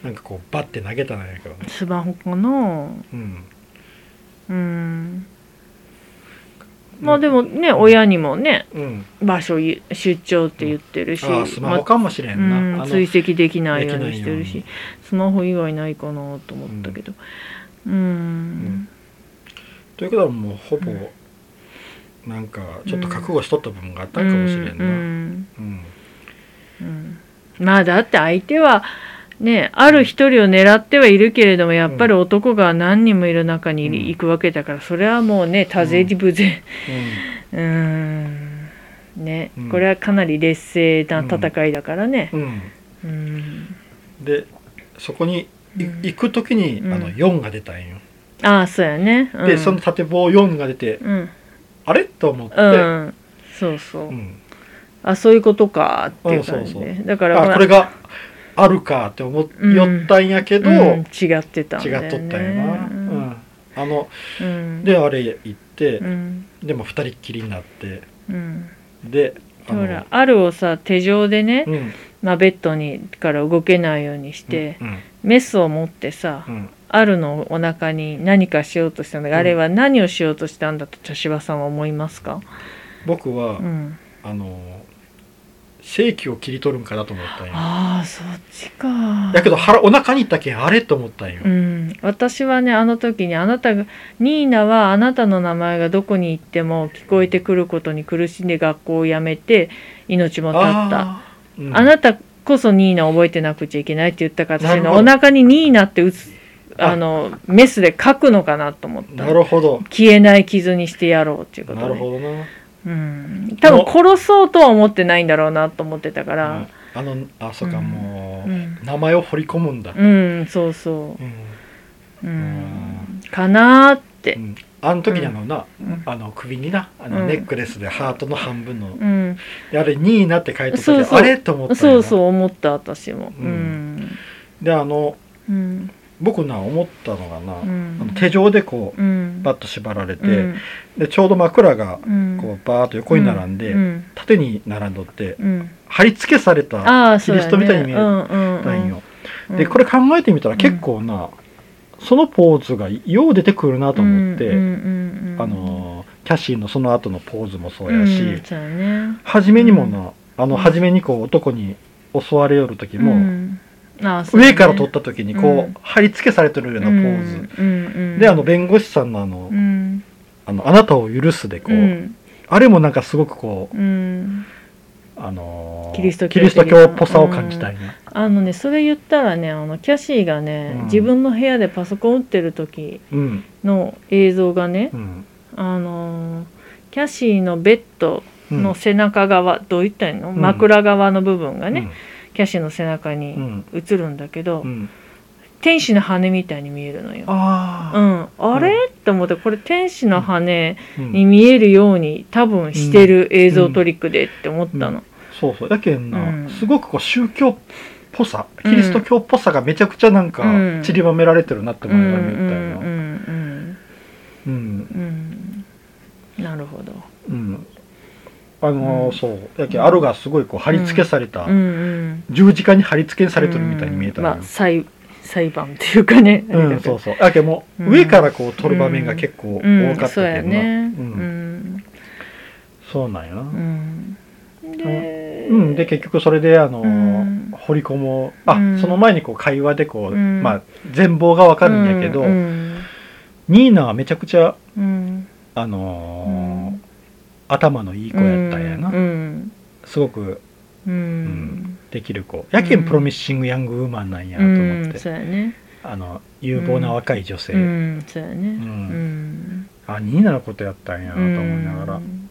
[SPEAKER 1] なんかこうバッて投げたんやけどね
[SPEAKER 2] スマホかな
[SPEAKER 1] うん
[SPEAKER 2] うんまあでもね親にもね
[SPEAKER 1] うん
[SPEAKER 2] 場所ゆ出張って言ってるし、
[SPEAKER 1] ああスマ
[SPEAKER 2] ま
[SPEAKER 1] ホかもしれ
[SPEAKER 2] うん
[SPEAKER 1] な、あの
[SPEAKER 2] ん、追跡できないようにしてる
[SPEAKER 1] で
[SPEAKER 2] し
[SPEAKER 1] き
[SPEAKER 2] スマホ以外ないかなと思ったけどうーん
[SPEAKER 1] ということはもうほぼ
[SPEAKER 2] うん
[SPEAKER 1] なんかちょっと覚悟しとった部分があったんかもしれんな
[SPEAKER 2] う
[SPEAKER 1] うん
[SPEAKER 2] ん
[SPEAKER 1] うん
[SPEAKER 2] うんうんまあだって相手はね、ある一人を狙ってはいるけれどもやっぱり
[SPEAKER 1] う
[SPEAKER 2] 男が何人もいる中に
[SPEAKER 1] うん
[SPEAKER 2] 行くわけだから、それはもうね多勢に無勢うーんね、
[SPEAKER 1] うん
[SPEAKER 2] これはかなり劣勢な戦いだからね
[SPEAKER 1] うんうん
[SPEAKER 2] うん、
[SPEAKER 1] でそこにい
[SPEAKER 2] うん
[SPEAKER 1] 行く時に、
[SPEAKER 2] うん
[SPEAKER 1] あの4が出たんよ、
[SPEAKER 2] ああそうやね、うん、
[SPEAKER 1] でその縦棒4が出て、
[SPEAKER 2] うん、
[SPEAKER 1] あれと思って、
[SPEAKER 2] うんそうそう、
[SPEAKER 1] うん
[SPEAKER 2] あそういうことかっていう感じで、
[SPEAKER 1] うんそう
[SPEAKER 2] だから
[SPEAKER 1] あ
[SPEAKER 2] まあ
[SPEAKER 1] これがあるかって思っ、
[SPEAKER 2] うん
[SPEAKER 1] よったんやけど、
[SPEAKER 2] うん、
[SPEAKER 1] 違っ
[SPEAKER 2] 違って
[SPEAKER 1] と
[SPEAKER 2] たん
[SPEAKER 1] っ
[SPEAKER 2] だよね
[SPEAKER 1] たんやな、うんあの
[SPEAKER 2] うん
[SPEAKER 1] であれ行って、
[SPEAKER 2] うん
[SPEAKER 1] でも2人っきりになって
[SPEAKER 2] うん
[SPEAKER 1] であ
[SPEAKER 2] ほらあるをさ手錠でね、
[SPEAKER 1] うんうん
[SPEAKER 2] まあ、ベッドにから動けないようにして、
[SPEAKER 1] うん
[SPEAKER 2] メスを持ってさ、
[SPEAKER 1] うん
[SPEAKER 2] あるのお腹に何かしようとしたんだ
[SPEAKER 1] う
[SPEAKER 2] が、
[SPEAKER 1] ん
[SPEAKER 2] あれは何をしようとしたんだと茶芝さんは思いますか、
[SPEAKER 1] 僕は、
[SPEAKER 2] うん、
[SPEAKER 1] あの正気を切り取るんかなと思ったんよ
[SPEAKER 2] ああそっちか
[SPEAKER 1] だけど腹お腹にいったけんあれと思ったんよ、
[SPEAKER 2] うん、私はねあの時にあなたがニーナはあなたの名前がどこに行っても聞こえてくることに苦しんで学校を辞めて命も絶ったあ,、
[SPEAKER 1] あー、うん
[SPEAKER 2] なたこそニーナを覚えてなくちゃいけないって言ったから
[SPEAKER 1] な
[SPEAKER 2] 私
[SPEAKER 1] る
[SPEAKER 2] の
[SPEAKER 1] ほど
[SPEAKER 2] お腹にニーナって打つ
[SPEAKER 1] あ
[SPEAKER 2] あのメスで書くのかなと思った
[SPEAKER 1] なるほど
[SPEAKER 2] 消えない傷にしてやろうっていうことで
[SPEAKER 1] なるほどな、
[SPEAKER 2] うん、多分殺そうとは思ってないんだろうなと思ってたか
[SPEAKER 1] うん
[SPEAKER 2] ら
[SPEAKER 1] あのあそうか、
[SPEAKER 2] うん
[SPEAKER 1] も
[SPEAKER 2] う
[SPEAKER 1] う、
[SPEAKER 2] ん、
[SPEAKER 1] 名前を掘り込むんだ、
[SPEAKER 2] うん、そうそ
[SPEAKER 1] うん
[SPEAKER 2] う、うん、かなーって
[SPEAKER 1] う、んあの時にあのな、
[SPEAKER 2] うん
[SPEAKER 1] あの首になあの
[SPEAKER 2] うん
[SPEAKER 1] ネックレスでハートの半分の、
[SPEAKER 2] うん、
[SPEAKER 1] であれ「ニーナ」って書いて
[SPEAKER 2] そ
[SPEAKER 1] た
[SPEAKER 2] う
[SPEAKER 1] け
[SPEAKER 2] そ
[SPEAKER 1] ど
[SPEAKER 2] う
[SPEAKER 1] あれと思ったんや
[SPEAKER 2] そ
[SPEAKER 1] な
[SPEAKER 2] うそう思った私もう
[SPEAKER 1] うんであの
[SPEAKER 2] うん
[SPEAKER 1] 僕な思ったのがな、
[SPEAKER 2] うん
[SPEAKER 1] あの手錠でこ
[SPEAKER 2] う
[SPEAKER 1] うんバッと縛られて、でちょうど枕が
[SPEAKER 2] うん
[SPEAKER 1] こうバーッと横に並んで、
[SPEAKER 2] うん
[SPEAKER 1] 縦に並んどって
[SPEAKER 2] うんうん
[SPEAKER 1] 貼り付けされた
[SPEAKER 2] ああそうだ
[SPEAKER 1] キリストみたいに見えるラインを、でこれ考えてみたら結構な、そのポーズがよう出てくるなと思って、あのーキャシーのその後のポーズもそうやし、
[SPEAKER 2] うんそうやね
[SPEAKER 1] 初めにもな、あの
[SPEAKER 2] うん
[SPEAKER 1] 初めにこう男に襲われよる時も、
[SPEAKER 2] うんああそうだね
[SPEAKER 1] 上から撮った時にこう、
[SPEAKER 2] うん
[SPEAKER 1] 貼り付けされてるようなポーズ、
[SPEAKER 2] うんうんうん
[SPEAKER 1] であの弁護士さんのあの,、
[SPEAKER 2] うん
[SPEAKER 1] あの「あなたを許す」でこ
[SPEAKER 2] う
[SPEAKER 1] う、
[SPEAKER 2] ん
[SPEAKER 1] あれもなんかすごくこう、
[SPEAKER 2] うん
[SPEAKER 1] あのー
[SPEAKER 2] キリスト教
[SPEAKER 1] キリスト教っぽさを感じたいな、
[SPEAKER 2] あのねそれ言ったらねあのキャシーがね
[SPEAKER 1] うん
[SPEAKER 2] 自分の部屋でパソコン打ってる時
[SPEAKER 1] うん
[SPEAKER 2] の映像がね
[SPEAKER 1] うん
[SPEAKER 2] あのーキャシーのベッド
[SPEAKER 1] うん
[SPEAKER 2] の背中側、どう言ったらいいの
[SPEAKER 1] ん
[SPEAKER 2] 枕側の部分がね、キャシーの背中
[SPEAKER 1] うんう
[SPEAKER 2] に
[SPEAKER 1] ん
[SPEAKER 2] 映るんだけど、
[SPEAKER 1] うん
[SPEAKER 2] 天使の羽みたいに見えるのよ。う
[SPEAKER 1] あ
[SPEAKER 2] ん、あれ、って思ってこれ天使の羽
[SPEAKER 1] あ、うん
[SPEAKER 2] に見えるように多分してる映像トリックでって思ったの。
[SPEAKER 1] そうそうやけんな、
[SPEAKER 2] うん
[SPEAKER 1] すごくこう宗教っぽさ
[SPEAKER 2] う
[SPEAKER 1] キ
[SPEAKER 2] ん
[SPEAKER 1] リスト教っぽさがめちゃくちゃなんか
[SPEAKER 2] うん
[SPEAKER 1] 散りばめられてるなって
[SPEAKER 2] う
[SPEAKER 1] 思い
[SPEAKER 2] ん
[SPEAKER 1] な
[SPEAKER 2] う
[SPEAKER 1] が
[SPEAKER 2] ん
[SPEAKER 1] ら見
[SPEAKER 2] う
[SPEAKER 1] たよな、
[SPEAKER 2] ん
[SPEAKER 1] うん
[SPEAKER 2] うんうんなるほど。
[SPEAKER 1] うんあのー
[SPEAKER 2] うん
[SPEAKER 1] そうやけんアロがすごいこう貼り付けされた、
[SPEAKER 2] うんうん、
[SPEAKER 1] 十字架に貼り付けされてるみたいに見えた
[SPEAKER 2] うん
[SPEAKER 1] のよ
[SPEAKER 2] まあ裁裁判っていうかね。
[SPEAKER 1] うん、そうそうやけんもう上からこう撮る場面が結構多
[SPEAKER 2] うん
[SPEAKER 1] かったけ
[SPEAKER 2] そうや
[SPEAKER 1] どな、
[SPEAKER 2] ね。
[SPEAKER 1] う
[SPEAKER 2] うんん
[SPEAKER 1] そうなんやな、うん
[SPEAKER 2] で、
[SPEAKER 1] で結局それであのー、
[SPEAKER 2] うん
[SPEAKER 1] 掘り込もうあ、
[SPEAKER 2] うん
[SPEAKER 1] その前にこう会話でこう、
[SPEAKER 2] うん
[SPEAKER 1] まあ全貌がわかるんやけど、
[SPEAKER 2] うん
[SPEAKER 1] ニーナはめちゃくちゃ
[SPEAKER 2] うん
[SPEAKER 1] あのー
[SPEAKER 2] うん
[SPEAKER 1] 頭のいい子やったんやな、
[SPEAKER 2] うん
[SPEAKER 1] すごく
[SPEAKER 2] うん
[SPEAKER 1] んできる子やけんプロミッシングヤングウーマンなんやと思って、
[SPEAKER 2] うんそうやね
[SPEAKER 1] あの有望な若い女性、
[SPEAKER 2] うんそうやねうん
[SPEAKER 1] んあニーナのことやったんやと思いながら、
[SPEAKER 2] うん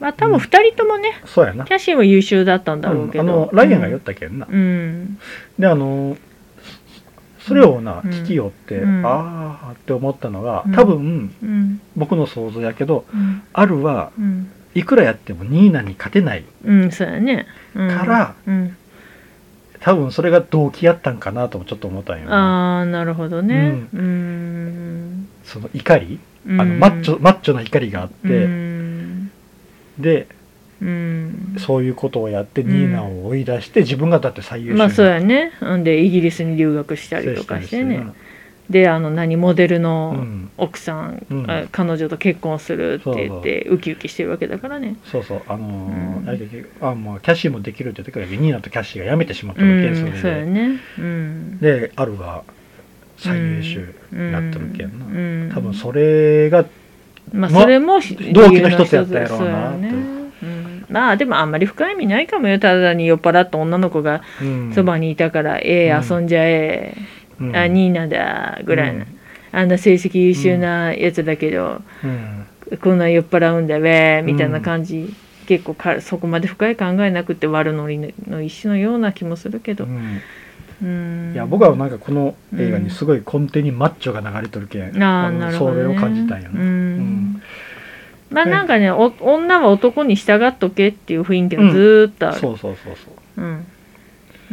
[SPEAKER 2] まあ多分二人ともね
[SPEAKER 1] そうやな、
[SPEAKER 2] キャシーも優秀だったんだろう
[SPEAKER 1] うん
[SPEAKER 2] け
[SPEAKER 1] あ
[SPEAKER 2] ど
[SPEAKER 1] のライアンが言ったけんな、
[SPEAKER 2] うん
[SPEAKER 1] であのーそそれをな、
[SPEAKER 2] うん
[SPEAKER 1] 聞きよって、
[SPEAKER 2] うん
[SPEAKER 1] ああって思ったのが
[SPEAKER 2] うん
[SPEAKER 1] 多分
[SPEAKER 2] うん
[SPEAKER 1] 僕の想像やけど
[SPEAKER 2] うん
[SPEAKER 1] アルは
[SPEAKER 2] うん
[SPEAKER 1] いくらやってもニーナに勝てない
[SPEAKER 2] うんそうやねうん
[SPEAKER 1] から
[SPEAKER 2] うん
[SPEAKER 1] 多分それが動機やったんかなともちょっと思ったんよね、
[SPEAKER 2] ああなるほどねうん
[SPEAKER 1] その怒りあ
[SPEAKER 2] あ
[SPEAKER 1] のマッチョマッチョな怒りがあって
[SPEAKER 2] うん
[SPEAKER 1] で
[SPEAKER 2] うん
[SPEAKER 1] そういうことをやって
[SPEAKER 2] うん
[SPEAKER 1] ニーナを追い出して自分がだって最優秀
[SPEAKER 2] まあそう
[SPEAKER 1] や
[SPEAKER 2] やねうんでイギリスに留学したりとかしてね
[SPEAKER 1] な
[SPEAKER 2] であの何モデル
[SPEAKER 1] う
[SPEAKER 2] の
[SPEAKER 1] ん
[SPEAKER 2] 奥さん、
[SPEAKER 1] うん
[SPEAKER 2] あ彼女と結婚するって言ってウキウキしてるわけだからね
[SPEAKER 1] そうそうあのー
[SPEAKER 2] うん
[SPEAKER 1] あれだけあもうキャシーもできるって言ってからニーナとキャシーが辞めてしまった
[SPEAKER 2] う
[SPEAKER 1] わけ
[SPEAKER 2] ん
[SPEAKER 1] そ
[SPEAKER 2] そ
[SPEAKER 1] れ
[SPEAKER 2] う
[SPEAKER 1] で
[SPEAKER 2] やねうん
[SPEAKER 1] でアルが最優秀、
[SPEAKER 2] うん
[SPEAKER 1] なっとるけんな
[SPEAKER 2] うん
[SPEAKER 1] 多分それが
[SPEAKER 2] まあ
[SPEAKER 1] ま
[SPEAKER 2] それも
[SPEAKER 1] 動機の一つやったやろうな
[SPEAKER 2] そうやね
[SPEAKER 1] と
[SPEAKER 2] うんまあでもあんまり深い意味ないかもよただに酔っ払った女の子が
[SPEAKER 1] うん
[SPEAKER 2] そばにいたから、ええ遊んじゃえ、
[SPEAKER 1] うん
[SPEAKER 2] あニーナだぐらい
[SPEAKER 1] う
[SPEAKER 2] の、
[SPEAKER 1] ん
[SPEAKER 2] あんな成績優秀なやつだけど、
[SPEAKER 1] うん
[SPEAKER 2] こんな酔っ払うんだウェーみたいな感じ、結構かそこまで深い考えなくて悪ノリの一種のような気もするけ
[SPEAKER 1] う
[SPEAKER 2] ど、
[SPEAKER 1] ん
[SPEAKER 2] うん
[SPEAKER 1] いや僕はなんかこの映画にすごい根底にマッチョが流れとるけん、
[SPEAKER 2] ああ
[SPEAKER 1] あの
[SPEAKER 2] なるほど、
[SPEAKER 1] そ
[SPEAKER 2] ね、
[SPEAKER 1] れを感じたんよ
[SPEAKER 2] う
[SPEAKER 1] ね、
[SPEAKER 2] んまあなんかね、お女は男に従っとけっていう雰囲気がずーっとある、
[SPEAKER 1] そうそうそうそ
[SPEAKER 2] うん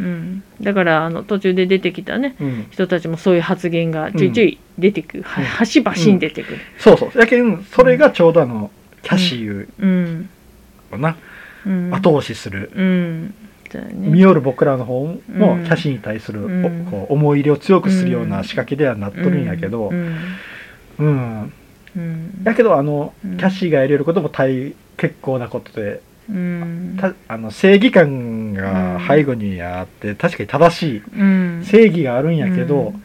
[SPEAKER 2] うん、だからあの途中で出てきたね
[SPEAKER 1] う、うん、
[SPEAKER 2] 人たちもそういう発言がちょいちょい出てくる、は端々に出てくる、
[SPEAKER 1] そうそうやけんそれがちょうどあのキャシー
[SPEAKER 2] うん
[SPEAKER 1] をな、
[SPEAKER 2] うん、
[SPEAKER 1] 後押しする
[SPEAKER 2] うんそうだね
[SPEAKER 1] 見よる僕らの方もキ
[SPEAKER 2] うん
[SPEAKER 1] ャシーに対するお
[SPEAKER 2] うん
[SPEAKER 1] こう思い入れを強くするような仕掛けではなっとるんやけど
[SPEAKER 2] う、ん
[SPEAKER 1] うん、
[SPEAKER 2] うん
[SPEAKER 1] だけどあの
[SPEAKER 2] う
[SPEAKER 1] キ
[SPEAKER 2] ん
[SPEAKER 1] ャシーがやれることも大結構なことで
[SPEAKER 2] うん
[SPEAKER 1] たあの正義感が背後にあって確かに正しい
[SPEAKER 2] うん
[SPEAKER 1] 正義があるんやけ
[SPEAKER 2] う
[SPEAKER 1] ど
[SPEAKER 2] ん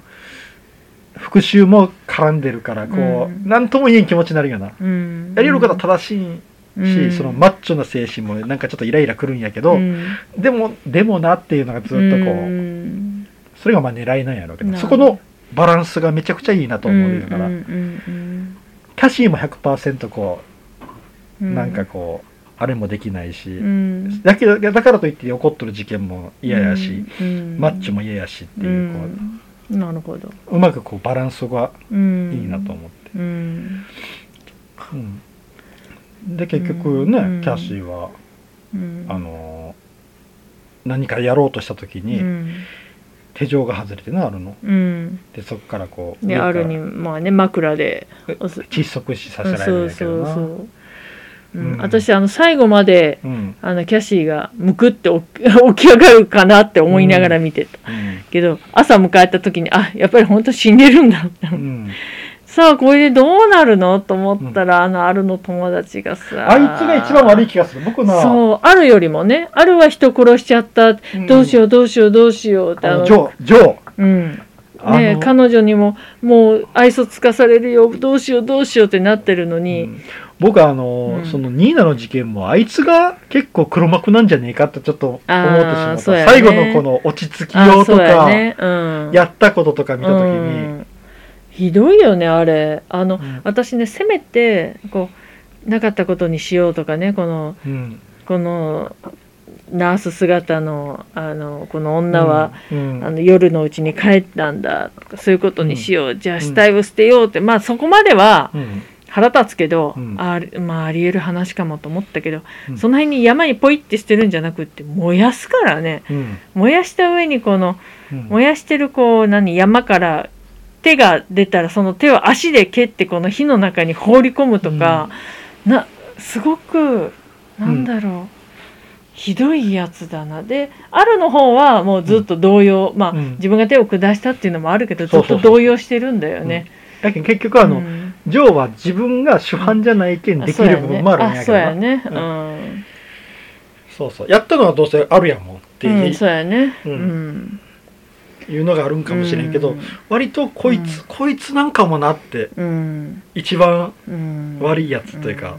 [SPEAKER 1] 復讐も絡んでるからこ
[SPEAKER 2] うん
[SPEAKER 1] うなんとも言えん気持ちになるよな
[SPEAKER 2] うん
[SPEAKER 1] やれることは正しい
[SPEAKER 2] うん
[SPEAKER 1] しそのマッチョな精神もなんかちょっとイライラくるんやけど
[SPEAKER 2] うん
[SPEAKER 1] でもでもなっていうのがずっとこ
[SPEAKER 2] う
[SPEAKER 1] うんそれがまあ狙いなんやろうけど
[SPEAKER 2] なる
[SPEAKER 1] そこ
[SPEAKER 2] ほど
[SPEAKER 1] のバランスがめちゃくちゃいいなと思うんだか
[SPEAKER 2] う
[SPEAKER 1] ら
[SPEAKER 2] んうん
[SPEAKER 1] キャシーも100%こ
[SPEAKER 2] う
[SPEAKER 1] うんなんかこうあれもできないし
[SPEAKER 2] うん
[SPEAKER 1] だけどだからといって怒っとる事件も嫌やし、
[SPEAKER 2] うん
[SPEAKER 1] マッチョも嫌やしっていうこ
[SPEAKER 2] うんなるほど、
[SPEAKER 1] ううまくこうバランスが
[SPEAKER 2] うん、
[SPEAKER 1] いいなと思って、
[SPEAKER 2] うん、
[SPEAKER 1] うんで結局ね、
[SPEAKER 2] うん
[SPEAKER 1] キャシーは
[SPEAKER 2] うん、
[SPEAKER 1] あのー何かやろうとした時に、
[SPEAKER 2] うん
[SPEAKER 1] 手錠が外れてなあるの
[SPEAKER 2] うん、
[SPEAKER 1] でそこからこう上
[SPEAKER 2] で
[SPEAKER 1] から
[SPEAKER 2] あるにまあね枕で
[SPEAKER 1] え
[SPEAKER 2] 押す
[SPEAKER 1] 窒息死さ
[SPEAKER 2] う
[SPEAKER 1] せ
[SPEAKER 2] ん
[SPEAKER 1] られ
[SPEAKER 2] そ
[SPEAKER 1] るん
[SPEAKER 2] う
[SPEAKER 1] だけ
[SPEAKER 2] そ
[SPEAKER 1] ど
[SPEAKER 2] う
[SPEAKER 1] な
[SPEAKER 2] そう、うん
[SPEAKER 1] うん
[SPEAKER 2] 私あの最後まで
[SPEAKER 1] うん
[SPEAKER 2] あのキャシーがむく って起き起き上がるかなって思いながら見てた、
[SPEAKER 1] うん
[SPEAKER 2] けど朝迎えた時にあやっぱり本当死んでるんだって
[SPEAKER 1] うん
[SPEAKER 2] さあこれでどうなるのと思ったら、あのあるの友達がさ
[SPEAKER 1] あいつが一番悪い気がする僕な
[SPEAKER 2] そうあるよりもねあるは人殺しちゃった
[SPEAKER 1] うん
[SPEAKER 2] どうしようどうしようどうしようって
[SPEAKER 1] あ
[SPEAKER 2] あ
[SPEAKER 1] の
[SPEAKER 2] の
[SPEAKER 1] ジョージョ
[SPEAKER 2] うん
[SPEAKER 1] ー
[SPEAKER 2] ねえ、彼女にももう愛想つかされるよどうしようどうしようってなってるの
[SPEAKER 1] う
[SPEAKER 2] に、
[SPEAKER 1] ん僕はあの、
[SPEAKER 2] うん
[SPEAKER 1] そのニーナの事件もあいつが結構黒幕なんじゃねえかってちょっと思ってしま
[SPEAKER 2] あ
[SPEAKER 1] っ
[SPEAKER 2] ー
[SPEAKER 1] た、
[SPEAKER 2] そうやね
[SPEAKER 1] 最後のこの落ち着き
[SPEAKER 2] あ
[SPEAKER 1] よう
[SPEAKER 2] そ
[SPEAKER 1] と
[SPEAKER 2] うや
[SPEAKER 1] か
[SPEAKER 2] ね、うん、
[SPEAKER 1] やったこととか見た時に、
[SPEAKER 2] うんひどいよねあれあの、
[SPEAKER 1] うん
[SPEAKER 2] 私ねせめてこうなかったことにしようとかねこの
[SPEAKER 1] うん
[SPEAKER 2] このナース姿のあのこの女は、
[SPEAKER 1] うん
[SPEAKER 2] あの夜のうちに帰ったんだとかそういうことにしよう、じゃあ死体を捨てようって、まあそこまでは
[SPEAKER 1] うん
[SPEAKER 2] 腹立つけど、
[SPEAKER 1] うん
[SPEAKER 2] ありまあありえる話かもと思ったけど、
[SPEAKER 1] うん
[SPEAKER 2] その辺に山にポイって捨てるんじゃなくって燃やすからね
[SPEAKER 1] うん
[SPEAKER 2] 燃やした上にこの
[SPEAKER 1] うん
[SPEAKER 2] 燃やしてるこう何山から手が出たらその手を足で蹴ってこの火の中に放り込むとか、なすごくなんだろう、ひどいやつだなであるの方はもうずっと動揺、まあ、
[SPEAKER 1] うん
[SPEAKER 2] 自分が手を下したっていうのもあるけどず
[SPEAKER 1] そう
[SPEAKER 2] っ
[SPEAKER 1] そうそ
[SPEAKER 2] と
[SPEAKER 1] う
[SPEAKER 2] 動揺してるんだよね。
[SPEAKER 1] だけど結局あの、
[SPEAKER 2] うん
[SPEAKER 1] ジョーは自分が主犯じゃないけん
[SPEAKER 2] あ
[SPEAKER 1] でき
[SPEAKER 2] そうや
[SPEAKER 1] る
[SPEAKER 2] ね
[SPEAKER 1] 部分もあるんや
[SPEAKER 2] あ
[SPEAKER 1] け
[SPEAKER 2] そ
[SPEAKER 1] ど
[SPEAKER 2] うや
[SPEAKER 1] な
[SPEAKER 2] ね、
[SPEAKER 1] うん
[SPEAKER 2] うん
[SPEAKER 1] そうそうやったのはどうせあるやもんって
[SPEAKER 2] う
[SPEAKER 1] い
[SPEAKER 2] ん、そうやね、
[SPEAKER 1] うん
[SPEAKER 2] うん
[SPEAKER 1] いうのがあるんかもしれんけど、割とこいつ、
[SPEAKER 2] うん
[SPEAKER 1] こいつなんかもなって
[SPEAKER 2] うん、
[SPEAKER 1] 一番
[SPEAKER 2] うん、
[SPEAKER 1] 悪
[SPEAKER 2] い
[SPEAKER 1] いやつというか、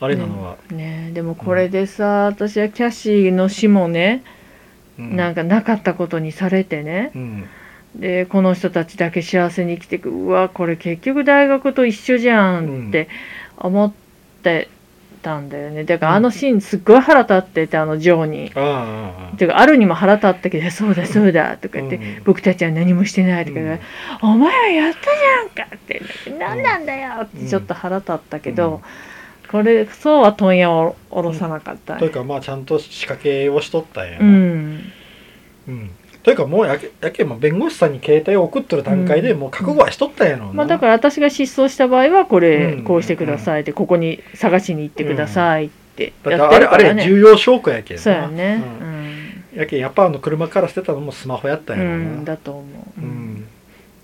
[SPEAKER 1] あれなのは、
[SPEAKER 2] ねでもこれでさ私はキャシーの死もね、
[SPEAKER 1] うん
[SPEAKER 2] なんかなかったことにされてね
[SPEAKER 1] うん
[SPEAKER 2] でこの人たちだけ幸せに生きてくうわこれ結局大学と一緒じゃんって思ってたんだよねだからあのシーンすっごい腹立っててあのジョーに。
[SPEAKER 1] ああああ
[SPEAKER 2] ていうかあるにも腹立ったけど「そうだそうだ」とか言って、
[SPEAKER 1] うん
[SPEAKER 2] 僕たちは何もしてない」とか言われ「お前はやったじゃんか」って「何なんだよ」ってちょっと腹立ったけど、これそうは問屋を下ろさなかった
[SPEAKER 1] という
[SPEAKER 2] ね、
[SPEAKER 1] かまあちゃんと仕掛けをしとったんや
[SPEAKER 2] う
[SPEAKER 1] な、
[SPEAKER 2] ん
[SPEAKER 1] うんというかもうやけやけもう弁護士さんに携帯を送っとる段階で
[SPEAKER 2] うん
[SPEAKER 1] もう覚悟はしとったんやろうな、
[SPEAKER 2] まあ、だから私が失踪した場合はこれ、
[SPEAKER 1] うん
[SPEAKER 2] こうしてくださいってここに探しに行ってくださいって
[SPEAKER 1] だ
[SPEAKER 2] や
[SPEAKER 1] っ
[SPEAKER 2] ってて
[SPEAKER 1] あ
[SPEAKER 2] る
[SPEAKER 1] れ
[SPEAKER 2] か
[SPEAKER 1] あ
[SPEAKER 2] ら
[SPEAKER 1] れ
[SPEAKER 2] ね、
[SPEAKER 1] 重要証拠やけんな
[SPEAKER 2] そうやね
[SPEAKER 1] うんやけんやっぱあの車から捨てたのもスマホやった
[SPEAKER 2] うん
[SPEAKER 1] んやろうな、
[SPEAKER 2] うんだと思
[SPEAKER 1] う
[SPEAKER 2] う、
[SPEAKER 1] ん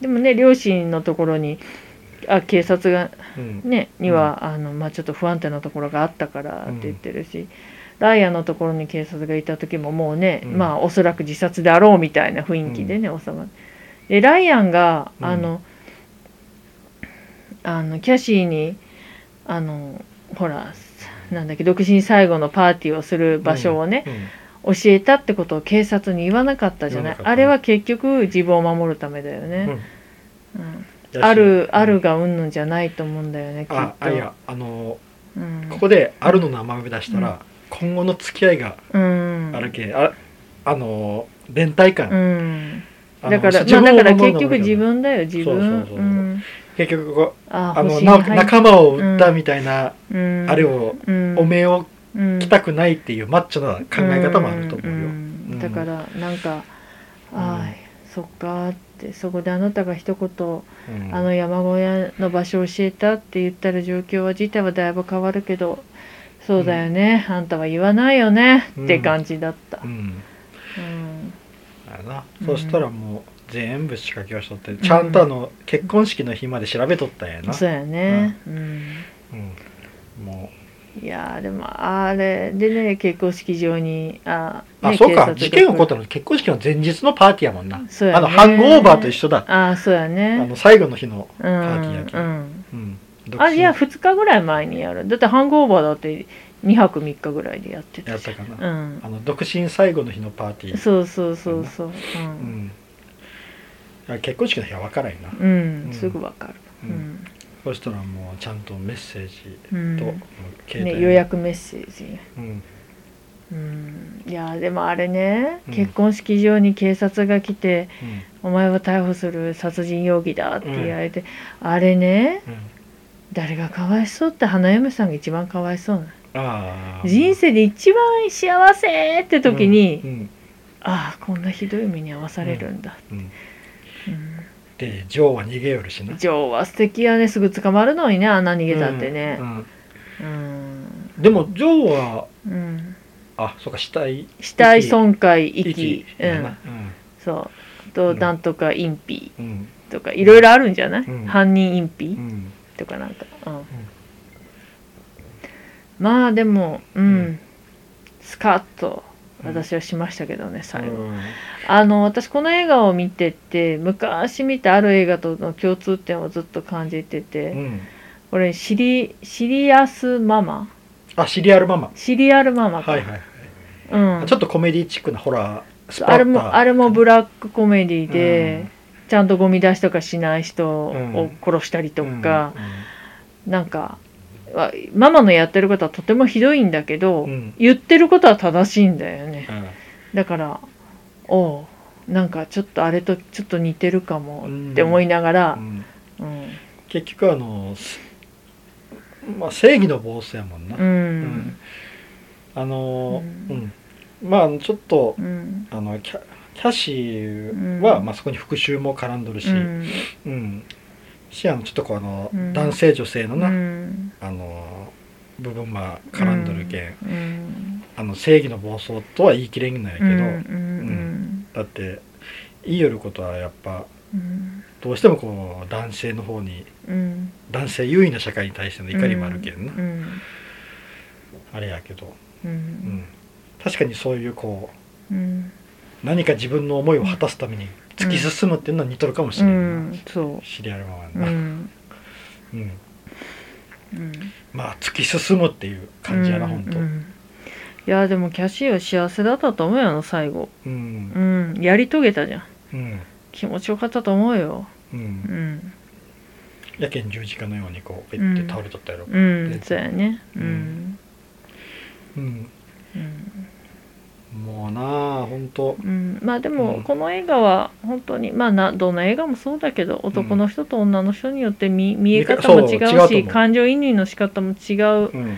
[SPEAKER 2] でもね両親のところにあ警察が
[SPEAKER 1] うん
[SPEAKER 2] ね、には、あのまあ、ちょっと不安定なところがあったからって言ってるし、ライアンのところに警察がいた時ももうね、
[SPEAKER 1] うん
[SPEAKER 2] まあおそらく自殺だろうみたいな雰囲気でね、収まってでライアンが
[SPEAKER 1] うん
[SPEAKER 2] あの、あのキャシーにあのほらなんだっけ独身最後のパーティーをする場所をね、教えたってことを警察に言わなかったじゃ
[SPEAKER 1] 言
[SPEAKER 2] ない、
[SPEAKER 1] わなかった
[SPEAKER 2] あれは結局自分を守るためだよ
[SPEAKER 1] うんう
[SPEAKER 2] ね、
[SPEAKER 1] ん
[SPEAKER 2] うん
[SPEAKER 1] だし
[SPEAKER 2] あるあるがうんぬんじゃないと思うんだよねきっと
[SPEAKER 1] ああいやあの
[SPEAKER 2] うん、
[SPEAKER 1] ここであるの名前を出したら、今後の付き合いが
[SPEAKER 2] うん
[SPEAKER 1] あるけ、ああの連帯感、
[SPEAKER 2] うん、
[SPEAKER 1] あの
[SPEAKER 2] だから、
[SPEAKER 1] 自
[SPEAKER 2] まあ、
[SPEAKER 1] 分を
[SPEAKER 2] だから
[SPEAKER 1] 守る
[SPEAKER 2] 結
[SPEAKER 1] の
[SPEAKER 2] 局
[SPEAKER 1] が
[SPEAKER 2] 自分だよ自分
[SPEAKER 1] そうそうそうそう
[SPEAKER 2] うん
[SPEAKER 1] 結局こう
[SPEAKER 2] あ
[SPEAKER 1] あの
[SPEAKER 2] 星
[SPEAKER 1] な
[SPEAKER 2] に入っ
[SPEAKER 1] 仲間を売ったみたいな、
[SPEAKER 2] うん
[SPEAKER 1] あれを、
[SPEAKER 2] うん
[SPEAKER 1] おめえを
[SPEAKER 2] うん
[SPEAKER 1] 来たくないっていうマッチョな考え方もあると思うよ、
[SPEAKER 2] ん
[SPEAKER 1] うん
[SPEAKER 2] だからなんか「
[SPEAKER 1] うん
[SPEAKER 2] ああそっか」ってそこであなたが一言
[SPEAKER 1] うん
[SPEAKER 2] 「あの山小屋の場所を教えた」って言ったら状況は自体はだいぶ変わるけど「そうだよね、あんたは言わないよね」って感じだった
[SPEAKER 1] う。ん
[SPEAKER 2] うん
[SPEAKER 1] あれな、
[SPEAKER 2] うん
[SPEAKER 1] そしたらもう全部仕掛けをしとってちゃんとあの結婚式の日まで調べとったんやな、
[SPEAKER 2] そうやね、うん
[SPEAKER 1] うん、も
[SPEAKER 2] いやーでもあれでね結婚式場にあ、
[SPEAKER 1] うあ、
[SPEAKER 2] ね
[SPEAKER 1] そうか
[SPEAKER 2] 警察が来
[SPEAKER 1] 事
[SPEAKER 2] る
[SPEAKER 1] 件起こったの結婚式の前日のパーティーやもんな、
[SPEAKER 2] そうやね
[SPEAKER 1] あのハングオーバーと一緒だ
[SPEAKER 2] ああそうや
[SPEAKER 1] あ
[SPEAKER 2] ね
[SPEAKER 1] の最後の日の、
[SPEAKER 2] うん
[SPEAKER 1] ーティーやけ
[SPEAKER 2] うん
[SPEAKER 1] うん、
[SPEAKER 2] あいや
[SPEAKER 1] 独
[SPEAKER 2] 2日ぐらい前にやるだってハングオーバーだって2泊3日ぐらいでやって
[SPEAKER 1] 身や
[SPEAKER 2] た
[SPEAKER 1] っ
[SPEAKER 2] じ
[SPEAKER 1] たかな、
[SPEAKER 2] ゃん、
[SPEAKER 1] あの独身最後の日のパーティ
[SPEAKER 2] うん、
[SPEAKER 1] ー、
[SPEAKER 2] そうそうそうそうう、
[SPEAKER 1] うんん、あ結婚式の日は分からんよな、
[SPEAKER 2] うん
[SPEAKER 1] うん
[SPEAKER 2] すぐわかる、う
[SPEAKER 1] うん
[SPEAKER 2] ん
[SPEAKER 1] そしたらもうちゃんとメッセージ
[SPEAKER 2] うん
[SPEAKER 1] と、携帯
[SPEAKER 2] ね、予約メッセージ、
[SPEAKER 1] うん
[SPEAKER 2] うん、いやでもあれね、
[SPEAKER 1] うん
[SPEAKER 2] 結婚式場に警察が来て
[SPEAKER 1] うん
[SPEAKER 2] 「お前は逮捕する殺人容疑だ」って言われて、あれね
[SPEAKER 1] うん、
[SPEAKER 2] 誰がかわいそうって花嫁さんが一番かわいそうな
[SPEAKER 1] ああ
[SPEAKER 2] 人生で一番幸せって時に、
[SPEAKER 1] うん
[SPEAKER 2] ああこんなひどい目に遭わされるんだ、
[SPEAKER 1] うんうん
[SPEAKER 2] うん
[SPEAKER 1] でジョーは逃げよるしな
[SPEAKER 2] ジョーは素敵やねすぐ捕まるのにねあんな逃げたってね
[SPEAKER 1] うんうん
[SPEAKER 2] うん、
[SPEAKER 1] でもジョーは
[SPEAKER 2] うん、
[SPEAKER 1] あそうか死体
[SPEAKER 2] 死体損壊遺棄う
[SPEAKER 1] やなん
[SPEAKER 2] そうあと
[SPEAKER 1] うん
[SPEAKER 2] なんとか隠蔽
[SPEAKER 1] うんうん
[SPEAKER 2] とかいろいろあるんじゃない、
[SPEAKER 1] うん
[SPEAKER 2] 犯人隠蔽、
[SPEAKER 1] うん
[SPEAKER 2] とかなんか、うんまあでもうん、
[SPEAKER 1] うん
[SPEAKER 2] スカッと
[SPEAKER 1] うん
[SPEAKER 2] 私はしましたけどね最後、
[SPEAKER 1] うん
[SPEAKER 2] あの私この映画を見てて昔見たある映画との共通点をずっと感じてて、
[SPEAKER 1] うん
[SPEAKER 2] これシリシリアスママ
[SPEAKER 1] あシリアルママ
[SPEAKER 2] シリアルママか、
[SPEAKER 1] はいはいはい
[SPEAKER 2] うん、
[SPEAKER 1] ちょっとコメディチックなホラース
[SPEAKER 2] あれもあれもブラックコメディ
[SPEAKER 1] う
[SPEAKER 2] で
[SPEAKER 1] ん、
[SPEAKER 2] ちゃんとゴミ出しとかしない人を殺したりとか、なんかわママのやってることはとてもひどいんだけど、
[SPEAKER 1] うんうん
[SPEAKER 2] 言ってることは正しいんだよね
[SPEAKER 1] うん
[SPEAKER 2] だからおうなんかちょっとあれとちょっと似てるかもって思いなが
[SPEAKER 1] う
[SPEAKER 2] ら、
[SPEAKER 1] ん
[SPEAKER 2] うん
[SPEAKER 1] 結局あのすまあ正義の暴走やもんな
[SPEAKER 2] う
[SPEAKER 1] うんんあの
[SPEAKER 2] う
[SPEAKER 1] うんまあちょっと
[SPEAKER 2] うん
[SPEAKER 1] あのキャキャシーは、
[SPEAKER 2] うん
[SPEAKER 1] まあ、そこに復讐も絡んどるし、
[SPEAKER 2] う
[SPEAKER 1] うん
[SPEAKER 2] ん
[SPEAKER 1] シアンちょっとこうあの、
[SPEAKER 2] うん
[SPEAKER 1] 男性女性のな、
[SPEAKER 2] うん
[SPEAKER 1] あの部分まあ絡んどるけん、
[SPEAKER 2] うん
[SPEAKER 1] あの正義の暴走とは言い切れんのやけど、
[SPEAKER 2] うん
[SPEAKER 1] だって言いよることはやっぱ
[SPEAKER 2] うんうん
[SPEAKER 1] どうしてもこう男性の方に
[SPEAKER 2] うん
[SPEAKER 1] 男性優位な社会に対しての怒りもあるけんな、
[SPEAKER 2] うん
[SPEAKER 1] あれやけど、
[SPEAKER 2] う
[SPEAKER 1] うんん、確かにそういうこう
[SPEAKER 2] うん
[SPEAKER 1] 何か自分の思いを果たすために突き進むっていうのは似とるかもし
[SPEAKER 2] う
[SPEAKER 1] れんな、
[SPEAKER 2] んそ
[SPEAKER 1] シリアルマンは
[SPEAKER 2] うう
[SPEAKER 1] な、
[SPEAKER 2] ん
[SPEAKER 1] うん
[SPEAKER 2] うん
[SPEAKER 1] まあ突き進むっていう感じやな、
[SPEAKER 2] うん
[SPEAKER 1] ほんと
[SPEAKER 2] う、んいやでもキャシーは幸せだったと思うよな最後
[SPEAKER 1] うん
[SPEAKER 2] うんやり遂げたじゃん
[SPEAKER 1] うん
[SPEAKER 2] 気持ちよかったと思うよ
[SPEAKER 1] う
[SPEAKER 2] うんん
[SPEAKER 1] やけん十字架のようにこうペッて倒れとったやろ、
[SPEAKER 2] う
[SPEAKER 1] で
[SPEAKER 2] んそうやねうん
[SPEAKER 1] うん
[SPEAKER 2] うん
[SPEAKER 1] もうなあほんと
[SPEAKER 2] うんまあで
[SPEAKER 1] う
[SPEAKER 2] も
[SPEAKER 1] ん
[SPEAKER 2] この映画は本当にまあなどんな映画もそうだけど男の人と女の人によって見見え方も
[SPEAKER 1] そ
[SPEAKER 2] 違
[SPEAKER 1] う違う
[SPEAKER 2] う
[SPEAKER 1] と
[SPEAKER 2] し
[SPEAKER 1] 思う
[SPEAKER 2] 感情移入の仕方も違う
[SPEAKER 1] うん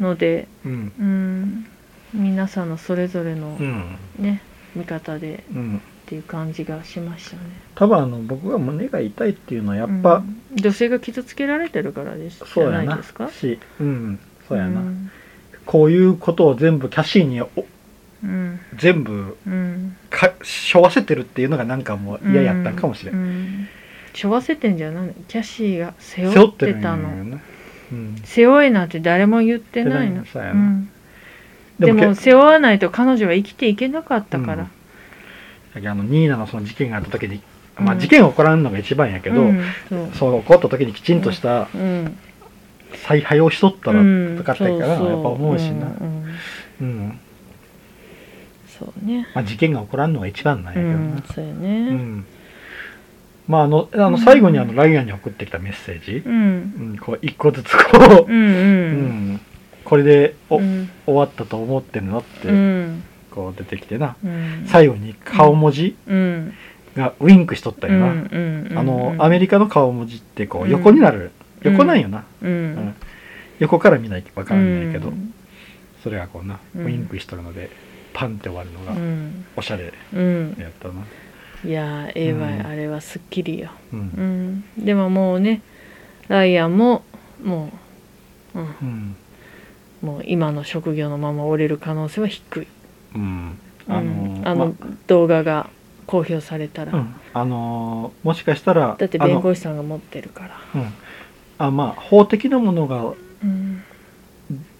[SPEAKER 2] ので
[SPEAKER 1] うん
[SPEAKER 2] うん皆さんのそれぞれの
[SPEAKER 1] うん
[SPEAKER 2] ね、見方で
[SPEAKER 1] うん
[SPEAKER 2] っていう感じがしましたね。
[SPEAKER 1] 多分あの僕が胸が痛いっていうのはやっぱ、
[SPEAKER 2] うん女性が傷つけられてるからですじ
[SPEAKER 1] そ
[SPEAKER 2] ゃ
[SPEAKER 1] う
[SPEAKER 2] な
[SPEAKER 1] や
[SPEAKER 2] い
[SPEAKER 1] な
[SPEAKER 2] ですか。
[SPEAKER 1] しうんそうやな、
[SPEAKER 2] ん
[SPEAKER 1] こういうことを全部キャシーにお
[SPEAKER 2] うん
[SPEAKER 1] 全部
[SPEAKER 2] うん。
[SPEAKER 1] か背負わせてるっていうのがなんかもう嫌やったんかもしれん、
[SPEAKER 2] ん。背負わせてんじゃない。キャシーが背
[SPEAKER 1] 背負
[SPEAKER 2] 負っ
[SPEAKER 1] って
[SPEAKER 2] て
[SPEAKER 1] るんや
[SPEAKER 2] た
[SPEAKER 1] よ
[SPEAKER 2] の。
[SPEAKER 1] ね、うん、
[SPEAKER 2] 背負えなんて誰も言ってない
[SPEAKER 1] 言
[SPEAKER 2] の。
[SPEAKER 1] ってないのそうや
[SPEAKER 2] う
[SPEAKER 1] なんで
[SPEAKER 2] で
[SPEAKER 1] も
[SPEAKER 2] も
[SPEAKER 1] け
[SPEAKER 2] 背負わないと彼女は生きていけなかったか
[SPEAKER 1] う
[SPEAKER 2] ら
[SPEAKER 1] ん。だけどあのニーナのその事件があった時に、まあ
[SPEAKER 2] うん
[SPEAKER 1] 事件起こらんのが一番やけど、
[SPEAKER 2] うんそう
[SPEAKER 1] そう起こった時にきちんとした
[SPEAKER 2] うん。
[SPEAKER 1] 采配をしとったらよかったんやからな、
[SPEAKER 2] そうそう
[SPEAKER 1] やっぱ思うしな、
[SPEAKER 2] んうん
[SPEAKER 1] うん
[SPEAKER 2] そうね
[SPEAKER 1] まあ、事件が起こらんのが一番なん
[SPEAKER 2] う
[SPEAKER 1] やけどな、
[SPEAKER 2] んそうよね
[SPEAKER 1] うんまああのあの最後にあのライアンに送ってきたメッセージ、
[SPEAKER 2] うん
[SPEAKER 1] うんこう一個ずつこ
[SPEAKER 2] うんう
[SPEAKER 1] う、うんん、これでお、
[SPEAKER 2] うん
[SPEAKER 1] 終わったと思ってるのっ
[SPEAKER 2] う
[SPEAKER 1] て
[SPEAKER 2] ん
[SPEAKER 1] こう出てきてな、
[SPEAKER 2] うん
[SPEAKER 1] 最後に顔文字
[SPEAKER 2] うん
[SPEAKER 1] がウインクしとったよな、
[SPEAKER 2] うんうんうん
[SPEAKER 1] あのアメリカの顔文字ってこ
[SPEAKER 2] う
[SPEAKER 1] うん横になる、
[SPEAKER 2] うん
[SPEAKER 1] 横なんよな、
[SPEAKER 2] うん
[SPEAKER 1] うん横から見ないとわからないけど、
[SPEAKER 2] うん
[SPEAKER 1] それがこうな
[SPEAKER 2] うん
[SPEAKER 1] ウインクしとるのでパンって終わるの
[SPEAKER 2] う
[SPEAKER 1] が
[SPEAKER 2] ん
[SPEAKER 1] おしゃれ
[SPEAKER 2] うん
[SPEAKER 1] やったな、
[SPEAKER 2] いやーええわい
[SPEAKER 1] うん
[SPEAKER 2] あれはすっきりよ
[SPEAKER 1] うん
[SPEAKER 2] うんでももうねライアンももううん
[SPEAKER 1] うん
[SPEAKER 2] もう今の職業のまま折れる可能性は低い
[SPEAKER 1] うん
[SPEAKER 2] うん
[SPEAKER 1] あの
[SPEAKER 2] あの動画が公表された
[SPEAKER 1] まう
[SPEAKER 2] ら
[SPEAKER 1] んあのーもしかしたら
[SPEAKER 2] だって
[SPEAKER 1] あ
[SPEAKER 2] 弁
[SPEAKER 1] の、
[SPEAKER 2] 護士さんが持ってるから
[SPEAKER 1] うんあまあ法的なものが
[SPEAKER 2] うん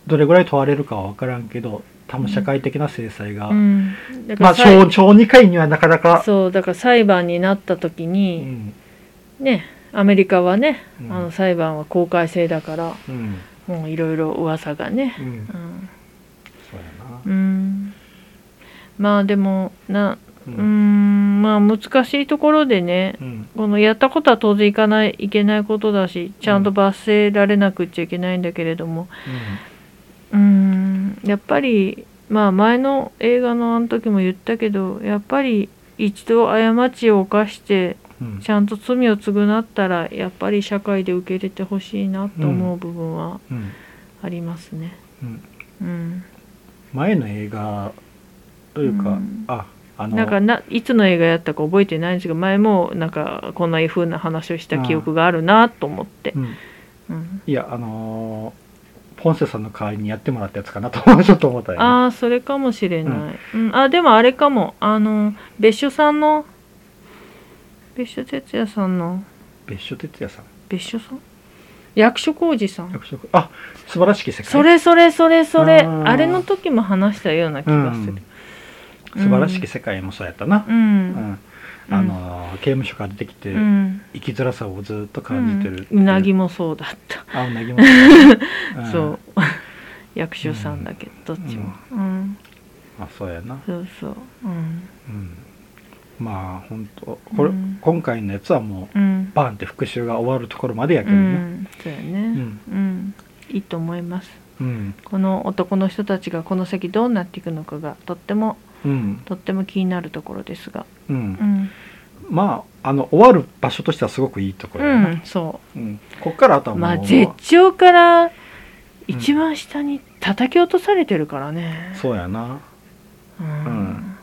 [SPEAKER 1] どれぐらい問われるかは分からんけど多分社会的な制裁が、
[SPEAKER 2] うんだか
[SPEAKER 1] まあ
[SPEAKER 2] らさい
[SPEAKER 1] 小小2回にはなかなか
[SPEAKER 2] そうだから裁判になった時
[SPEAKER 1] う
[SPEAKER 2] に
[SPEAKER 1] ん
[SPEAKER 2] ねアメリカはね
[SPEAKER 1] うん
[SPEAKER 2] あの裁判は公開制だから
[SPEAKER 1] うん
[SPEAKER 2] もういろいろ噂がね
[SPEAKER 1] うん
[SPEAKER 2] うん
[SPEAKER 1] そうやな
[SPEAKER 2] うんまあでもな
[SPEAKER 1] う
[SPEAKER 2] うんーんまあ難しいところでね
[SPEAKER 1] うん
[SPEAKER 2] このやったことは当然いかないいけないことだしちゃんと罰せられなくっちゃいけないんだけれどもうーんやっぱりまあ前の映画のあの時も言ったけどやっぱり一度過ちを犯して
[SPEAKER 1] うん
[SPEAKER 2] ちゃんと罪を償ったらやっぱり社会で受け入れてほしいなと思う部分は
[SPEAKER 1] うん
[SPEAKER 2] ありますね。
[SPEAKER 1] うん
[SPEAKER 2] うん、
[SPEAKER 1] 前の映画というか、
[SPEAKER 2] うん
[SPEAKER 1] ああの
[SPEAKER 2] なんかないつの映画やったか覚えてないんですけど前もなんかこんな風な話をした記憶があるなと思って
[SPEAKER 1] う。ん
[SPEAKER 2] うん
[SPEAKER 1] いやあのーポンセさんの代わりにやってもらったやつかなとちょっと思ったよ、ね、
[SPEAKER 2] ああそれかもしれない、うんあでもあれかもあの別所さんの別所哲也さんの
[SPEAKER 1] 別所哲也さん
[SPEAKER 2] 別所さん役所広司さん
[SPEAKER 1] 役職あ素晴らしき世界
[SPEAKER 2] それそれそれそれ
[SPEAKER 1] あー
[SPEAKER 2] あれの時も話したような気
[SPEAKER 1] う
[SPEAKER 2] が
[SPEAKER 1] ん
[SPEAKER 2] する、
[SPEAKER 1] 素晴らしき世界もそうやったなう
[SPEAKER 2] う、
[SPEAKER 1] ん
[SPEAKER 2] ん
[SPEAKER 1] あのー刑務所から出てきて、
[SPEAKER 2] うん
[SPEAKER 1] 生きづらさをずっと感じてるって
[SPEAKER 2] う
[SPEAKER 1] い
[SPEAKER 2] んうなぎもそうだった、
[SPEAKER 1] あうなぎも、うん
[SPEAKER 2] そう役所さんだけど、どっちもうん、
[SPEAKER 1] あそうやな、
[SPEAKER 2] そうそううん
[SPEAKER 1] うん、まあ本当これ、
[SPEAKER 2] うん
[SPEAKER 1] 今回のやつはもう
[SPEAKER 2] うん
[SPEAKER 1] バーンって復讐が終わるところまでやけ
[SPEAKER 2] う
[SPEAKER 1] どね
[SPEAKER 2] んそうやね
[SPEAKER 1] うん
[SPEAKER 2] うん、いいと思います
[SPEAKER 1] うん
[SPEAKER 2] この男の人たちがこの先どうなっていくのかがとっても
[SPEAKER 1] うん、
[SPEAKER 2] とっても気になるところですが、
[SPEAKER 1] うん
[SPEAKER 2] うん、
[SPEAKER 1] まああの終わる場所としてはすごくいいところ
[SPEAKER 2] う
[SPEAKER 1] やな、
[SPEAKER 2] ん、そ
[SPEAKER 1] うんこっからあと
[SPEAKER 2] う、
[SPEAKER 1] はもう、
[SPEAKER 2] まあ絶頂から一番下に叩き落とされてるからね、
[SPEAKER 1] そうやな
[SPEAKER 2] うん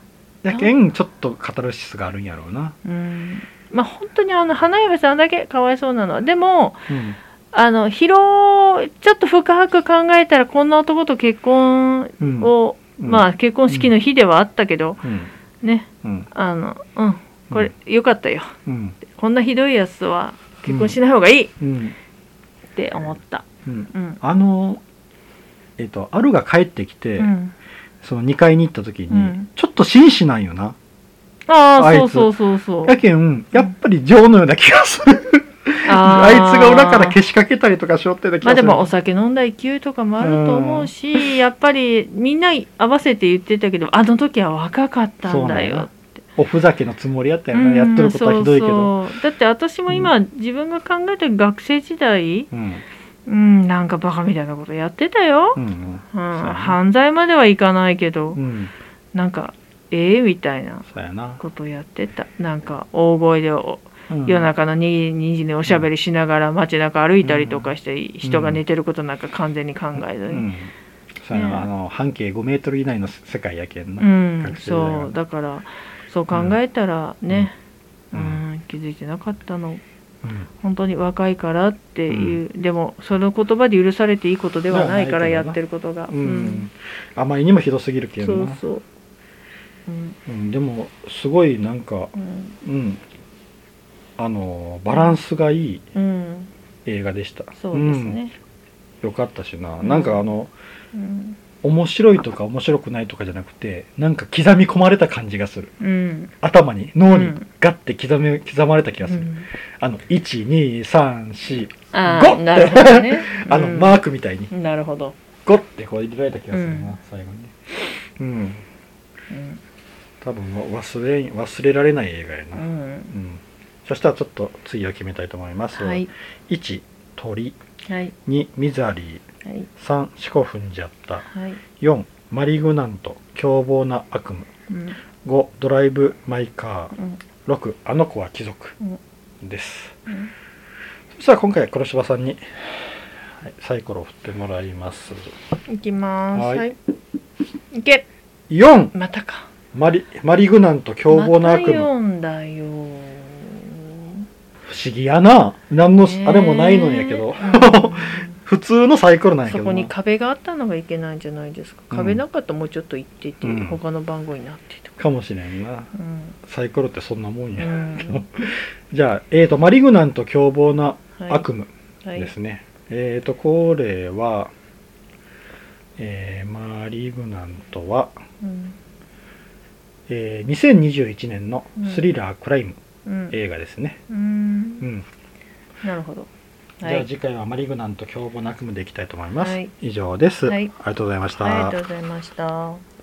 [SPEAKER 1] やけんちょっとカタルシスがあるんやろうな、
[SPEAKER 2] うんまあ本当にあの花嫁さんだけかわいそうなのはでも
[SPEAKER 1] うん
[SPEAKER 2] あの広ちょっと深く考えたらこんな男と結婚
[SPEAKER 1] うん
[SPEAKER 2] を、
[SPEAKER 1] うん
[SPEAKER 2] まあ結婚式の日ではあったけど、
[SPEAKER 1] うん
[SPEAKER 2] ね
[SPEAKER 1] うん
[SPEAKER 2] あのうんこれ、よかったよ
[SPEAKER 1] うん
[SPEAKER 2] こんなひどいやつとは結婚しない方がいいっ
[SPEAKER 1] うん
[SPEAKER 2] て思った。
[SPEAKER 1] うん
[SPEAKER 2] うん。
[SPEAKER 1] あのえっ、とアルが帰ってきて、
[SPEAKER 2] うん
[SPEAKER 1] その2階に行った時に、
[SPEAKER 2] うん
[SPEAKER 1] ちょっと紳士なんよな
[SPEAKER 2] あ
[SPEAKER 1] あ
[SPEAKER 2] あ、
[SPEAKER 1] い
[SPEAKER 2] そう
[SPEAKER 1] つ
[SPEAKER 2] そうそうそう。
[SPEAKER 1] やけんやっぱり女王のような気がする、
[SPEAKER 2] あ
[SPEAKER 1] あい
[SPEAKER 2] ー
[SPEAKER 1] つが裏からけしかけたりとかしよってた気
[SPEAKER 2] ま
[SPEAKER 1] が
[SPEAKER 2] あ
[SPEAKER 1] す
[SPEAKER 2] で
[SPEAKER 1] る、
[SPEAKER 2] もお酒飲んだ勢いとかもあると思うし、やっぱりみんな合わせて言ってたけど、あの時は若かったんだよ。
[SPEAKER 1] おふざけのつもりやったよな、やってることはひどいけど
[SPEAKER 2] うんそうそうだって私も今、自分が考えてる学生時代、
[SPEAKER 1] うん
[SPEAKER 2] うん、なんかバカみたいなことやってたよ
[SPEAKER 1] う。ん
[SPEAKER 2] うん、
[SPEAKER 1] そうね
[SPEAKER 2] 犯罪まではいかないけど、
[SPEAKER 1] うんうん
[SPEAKER 2] なんか、ええみたいな
[SPEAKER 1] そうやな、
[SPEAKER 2] ことやってた。なんか大声でお
[SPEAKER 1] うん
[SPEAKER 2] 夜中の 2, 2時におしゃべりしながら街中歩いたりとかして、人が寝てることなんか完全に考えず
[SPEAKER 1] う
[SPEAKER 2] に、
[SPEAKER 1] んそうやな
[SPEAKER 2] ね
[SPEAKER 1] あの半径5メートル以内の世界やけんな、
[SPEAKER 2] うん
[SPEAKER 1] 学生時代は
[SPEAKER 2] そうだからそう考えたらね、
[SPEAKER 1] う
[SPEAKER 2] うんん
[SPEAKER 1] うん
[SPEAKER 2] 気づいてなかったの
[SPEAKER 1] うん
[SPEAKER 2] 本当に若いからっていう、でもその言葉で許されていいことではないから
[SPEAKER 1] で
[SPEAKER 2] や
[SPEAKER 1] はないけどな
[SPEAKER 2] ってることが、
[SPEAKER 1] うんあまりにもひどすぎる
[SPEAKER 2] う
[SPEAKER 1] け
[SPEAKER 2] ん
[SPEAKER 1] ど
[SPEAKER 2] そ
[SPEAKER 1] な
[SPEAKER 2] うそう、うん
[SPEAKER 1] うん、でもすごいなんか、
[SPEAKER 2] うん
[SPEAKER 1] うん、あのバランスがいい
[SPEAKER 2] うん、
[SPEAKER 1] 映画でした
[SPEAKER 2] そうですね、
[SPEAKER 1] うんよかったしな、
[SPEAKER 2] うん
[SPEAKER 1] なんかあの
[SPEAKER 2] うん
[SPEAKER 1] 面白いとか面白くないとかじゃなくてなんか刻み込まれた感じがする
[SPEAKER 2] うん
[SPEAKER 1] 頭に脳に
[SPEAKER 2] うん
[SPEAKER 1] ガガッて刻め刻まれた気がする、あの1234
[SPEAKER 2] あ
[SPEAKER 1] ゴ
[SPEAKER 2] あ
[SPEAKER 1] ッ
[SPEAKER 2] なるほどね
[SPEAKER 1] あの、
[SPEAKER 2] うん
[SPEAKER 1] マークみたいに
[SPEAKER 2] なるほど、
[SPEAKER 1] ゴッてこう入れられた気がするな、
[SPEAKER 2] うん
[SPEAKER 1] 最後にねうん
[SPEAKER 2] うん
[SPEAKER 1] 多分わ忘れん忘れられない映画やな、
[SPEAKER 2] う
[SPEAKER 1] うん
[SPEAKER 2] ん
[SPEAKER 1] そしたらちょっと次を決めたいと思います、
[SPEAKER 2] はい
[SPEAKER 1] 1鳥
[SPEAKER 2] はい
[SPEAKER 1] 2ミザリー
[SPEAKER 2] はい
[SPEAKER 1] 3四股踏んじゃった
[SPEAKER 2] はい、
[SPEAKER 1] 4マリグナント凶暴な悪夢
[SPEAKER 2] うん
[SPEAKER 1] 5ドライブ・マイ・カ
[SPEAKER 2] うん
[SPEAKER 1] ー6あの子は貴族
[SPEAKER 2] うん
[SPEAKER 1] です
[SPEAKER 2] うん
[SPEAKER 1] そしたら今回黒柴さんに、はい、サイコロを振ってもらいます
[SPEAKER 2] いきます。
[SPEAKER 1] は
[SPEAKER 2] はいい。いけ、
[SPEAKER 1] 4
[SPEAKER 2] またか。
[SPEAKER 1] マリマリグナント凶暴な悪
[SPEAKER 2] また
[SPEAKER 1] 夢、
[SPEAKER 2] 読んだよ。
[SPEAKER 1] 不思議やな何の
[SPEAKER 2] ねえ
[SPEAKER 1] あれも ないのやけど普通のサイコロなんやけ
[SPEAKER 2] そ
[SPEAKER 1] ど
[SPEAKER 2] こ
[SPEAKER 1] な
[SPEAKER 2] に壁があったのがいけないんじゃないですか。
[SPEAKER 1] うん
[SPEAKER 2] 壁なかったらもうちょっと行ってて、
[SPEAKER 1] うん
[SPEAKER 2] 他の番号になってとか。
[SPEAKER 1] かもしれんな
[SPEAKER 2] うん。
[SPEAKER 1] サイコロってそんなもん
[SPEAKER 2] う
[SPEAKER 1] や、
[SPEAKER 2] ん
[SPEAKER 1] じゃあ、えー、とマリグナント凶暴な
[SPEAKER 2] はい
[SPEAKER 1] 悪夢
[SPEAKER 2] はい
[SPEAKER 1] ですね、えー、とこれは、えーマリグナントは、
[SPEAKER 2] うん
[SPEAKER 1] えー2021年のスリラークライム
[SPEAKER 2] うん
[SPEAKER 1] 映画ですね、
[SPEAKER 2] う。
[SPEAKER 1] うんん
[SPEAKER 2] なるほど。
[SPEAKER 1] じ
[SPEAKER 2] は
[SPEAKER 1] ゃあ
[SPEAKER 2] い。
[SPEAKER 1] 次回はマリグナント凶暴な悪夢でいきたいと思います、
[SPEAKER 2] はい
[SPEAKER 1] 以上です、
[SPEAKER 2] はい
[SPEAKER 1] ありがとうございました、
[SPEAKER 2] ありがとうございました。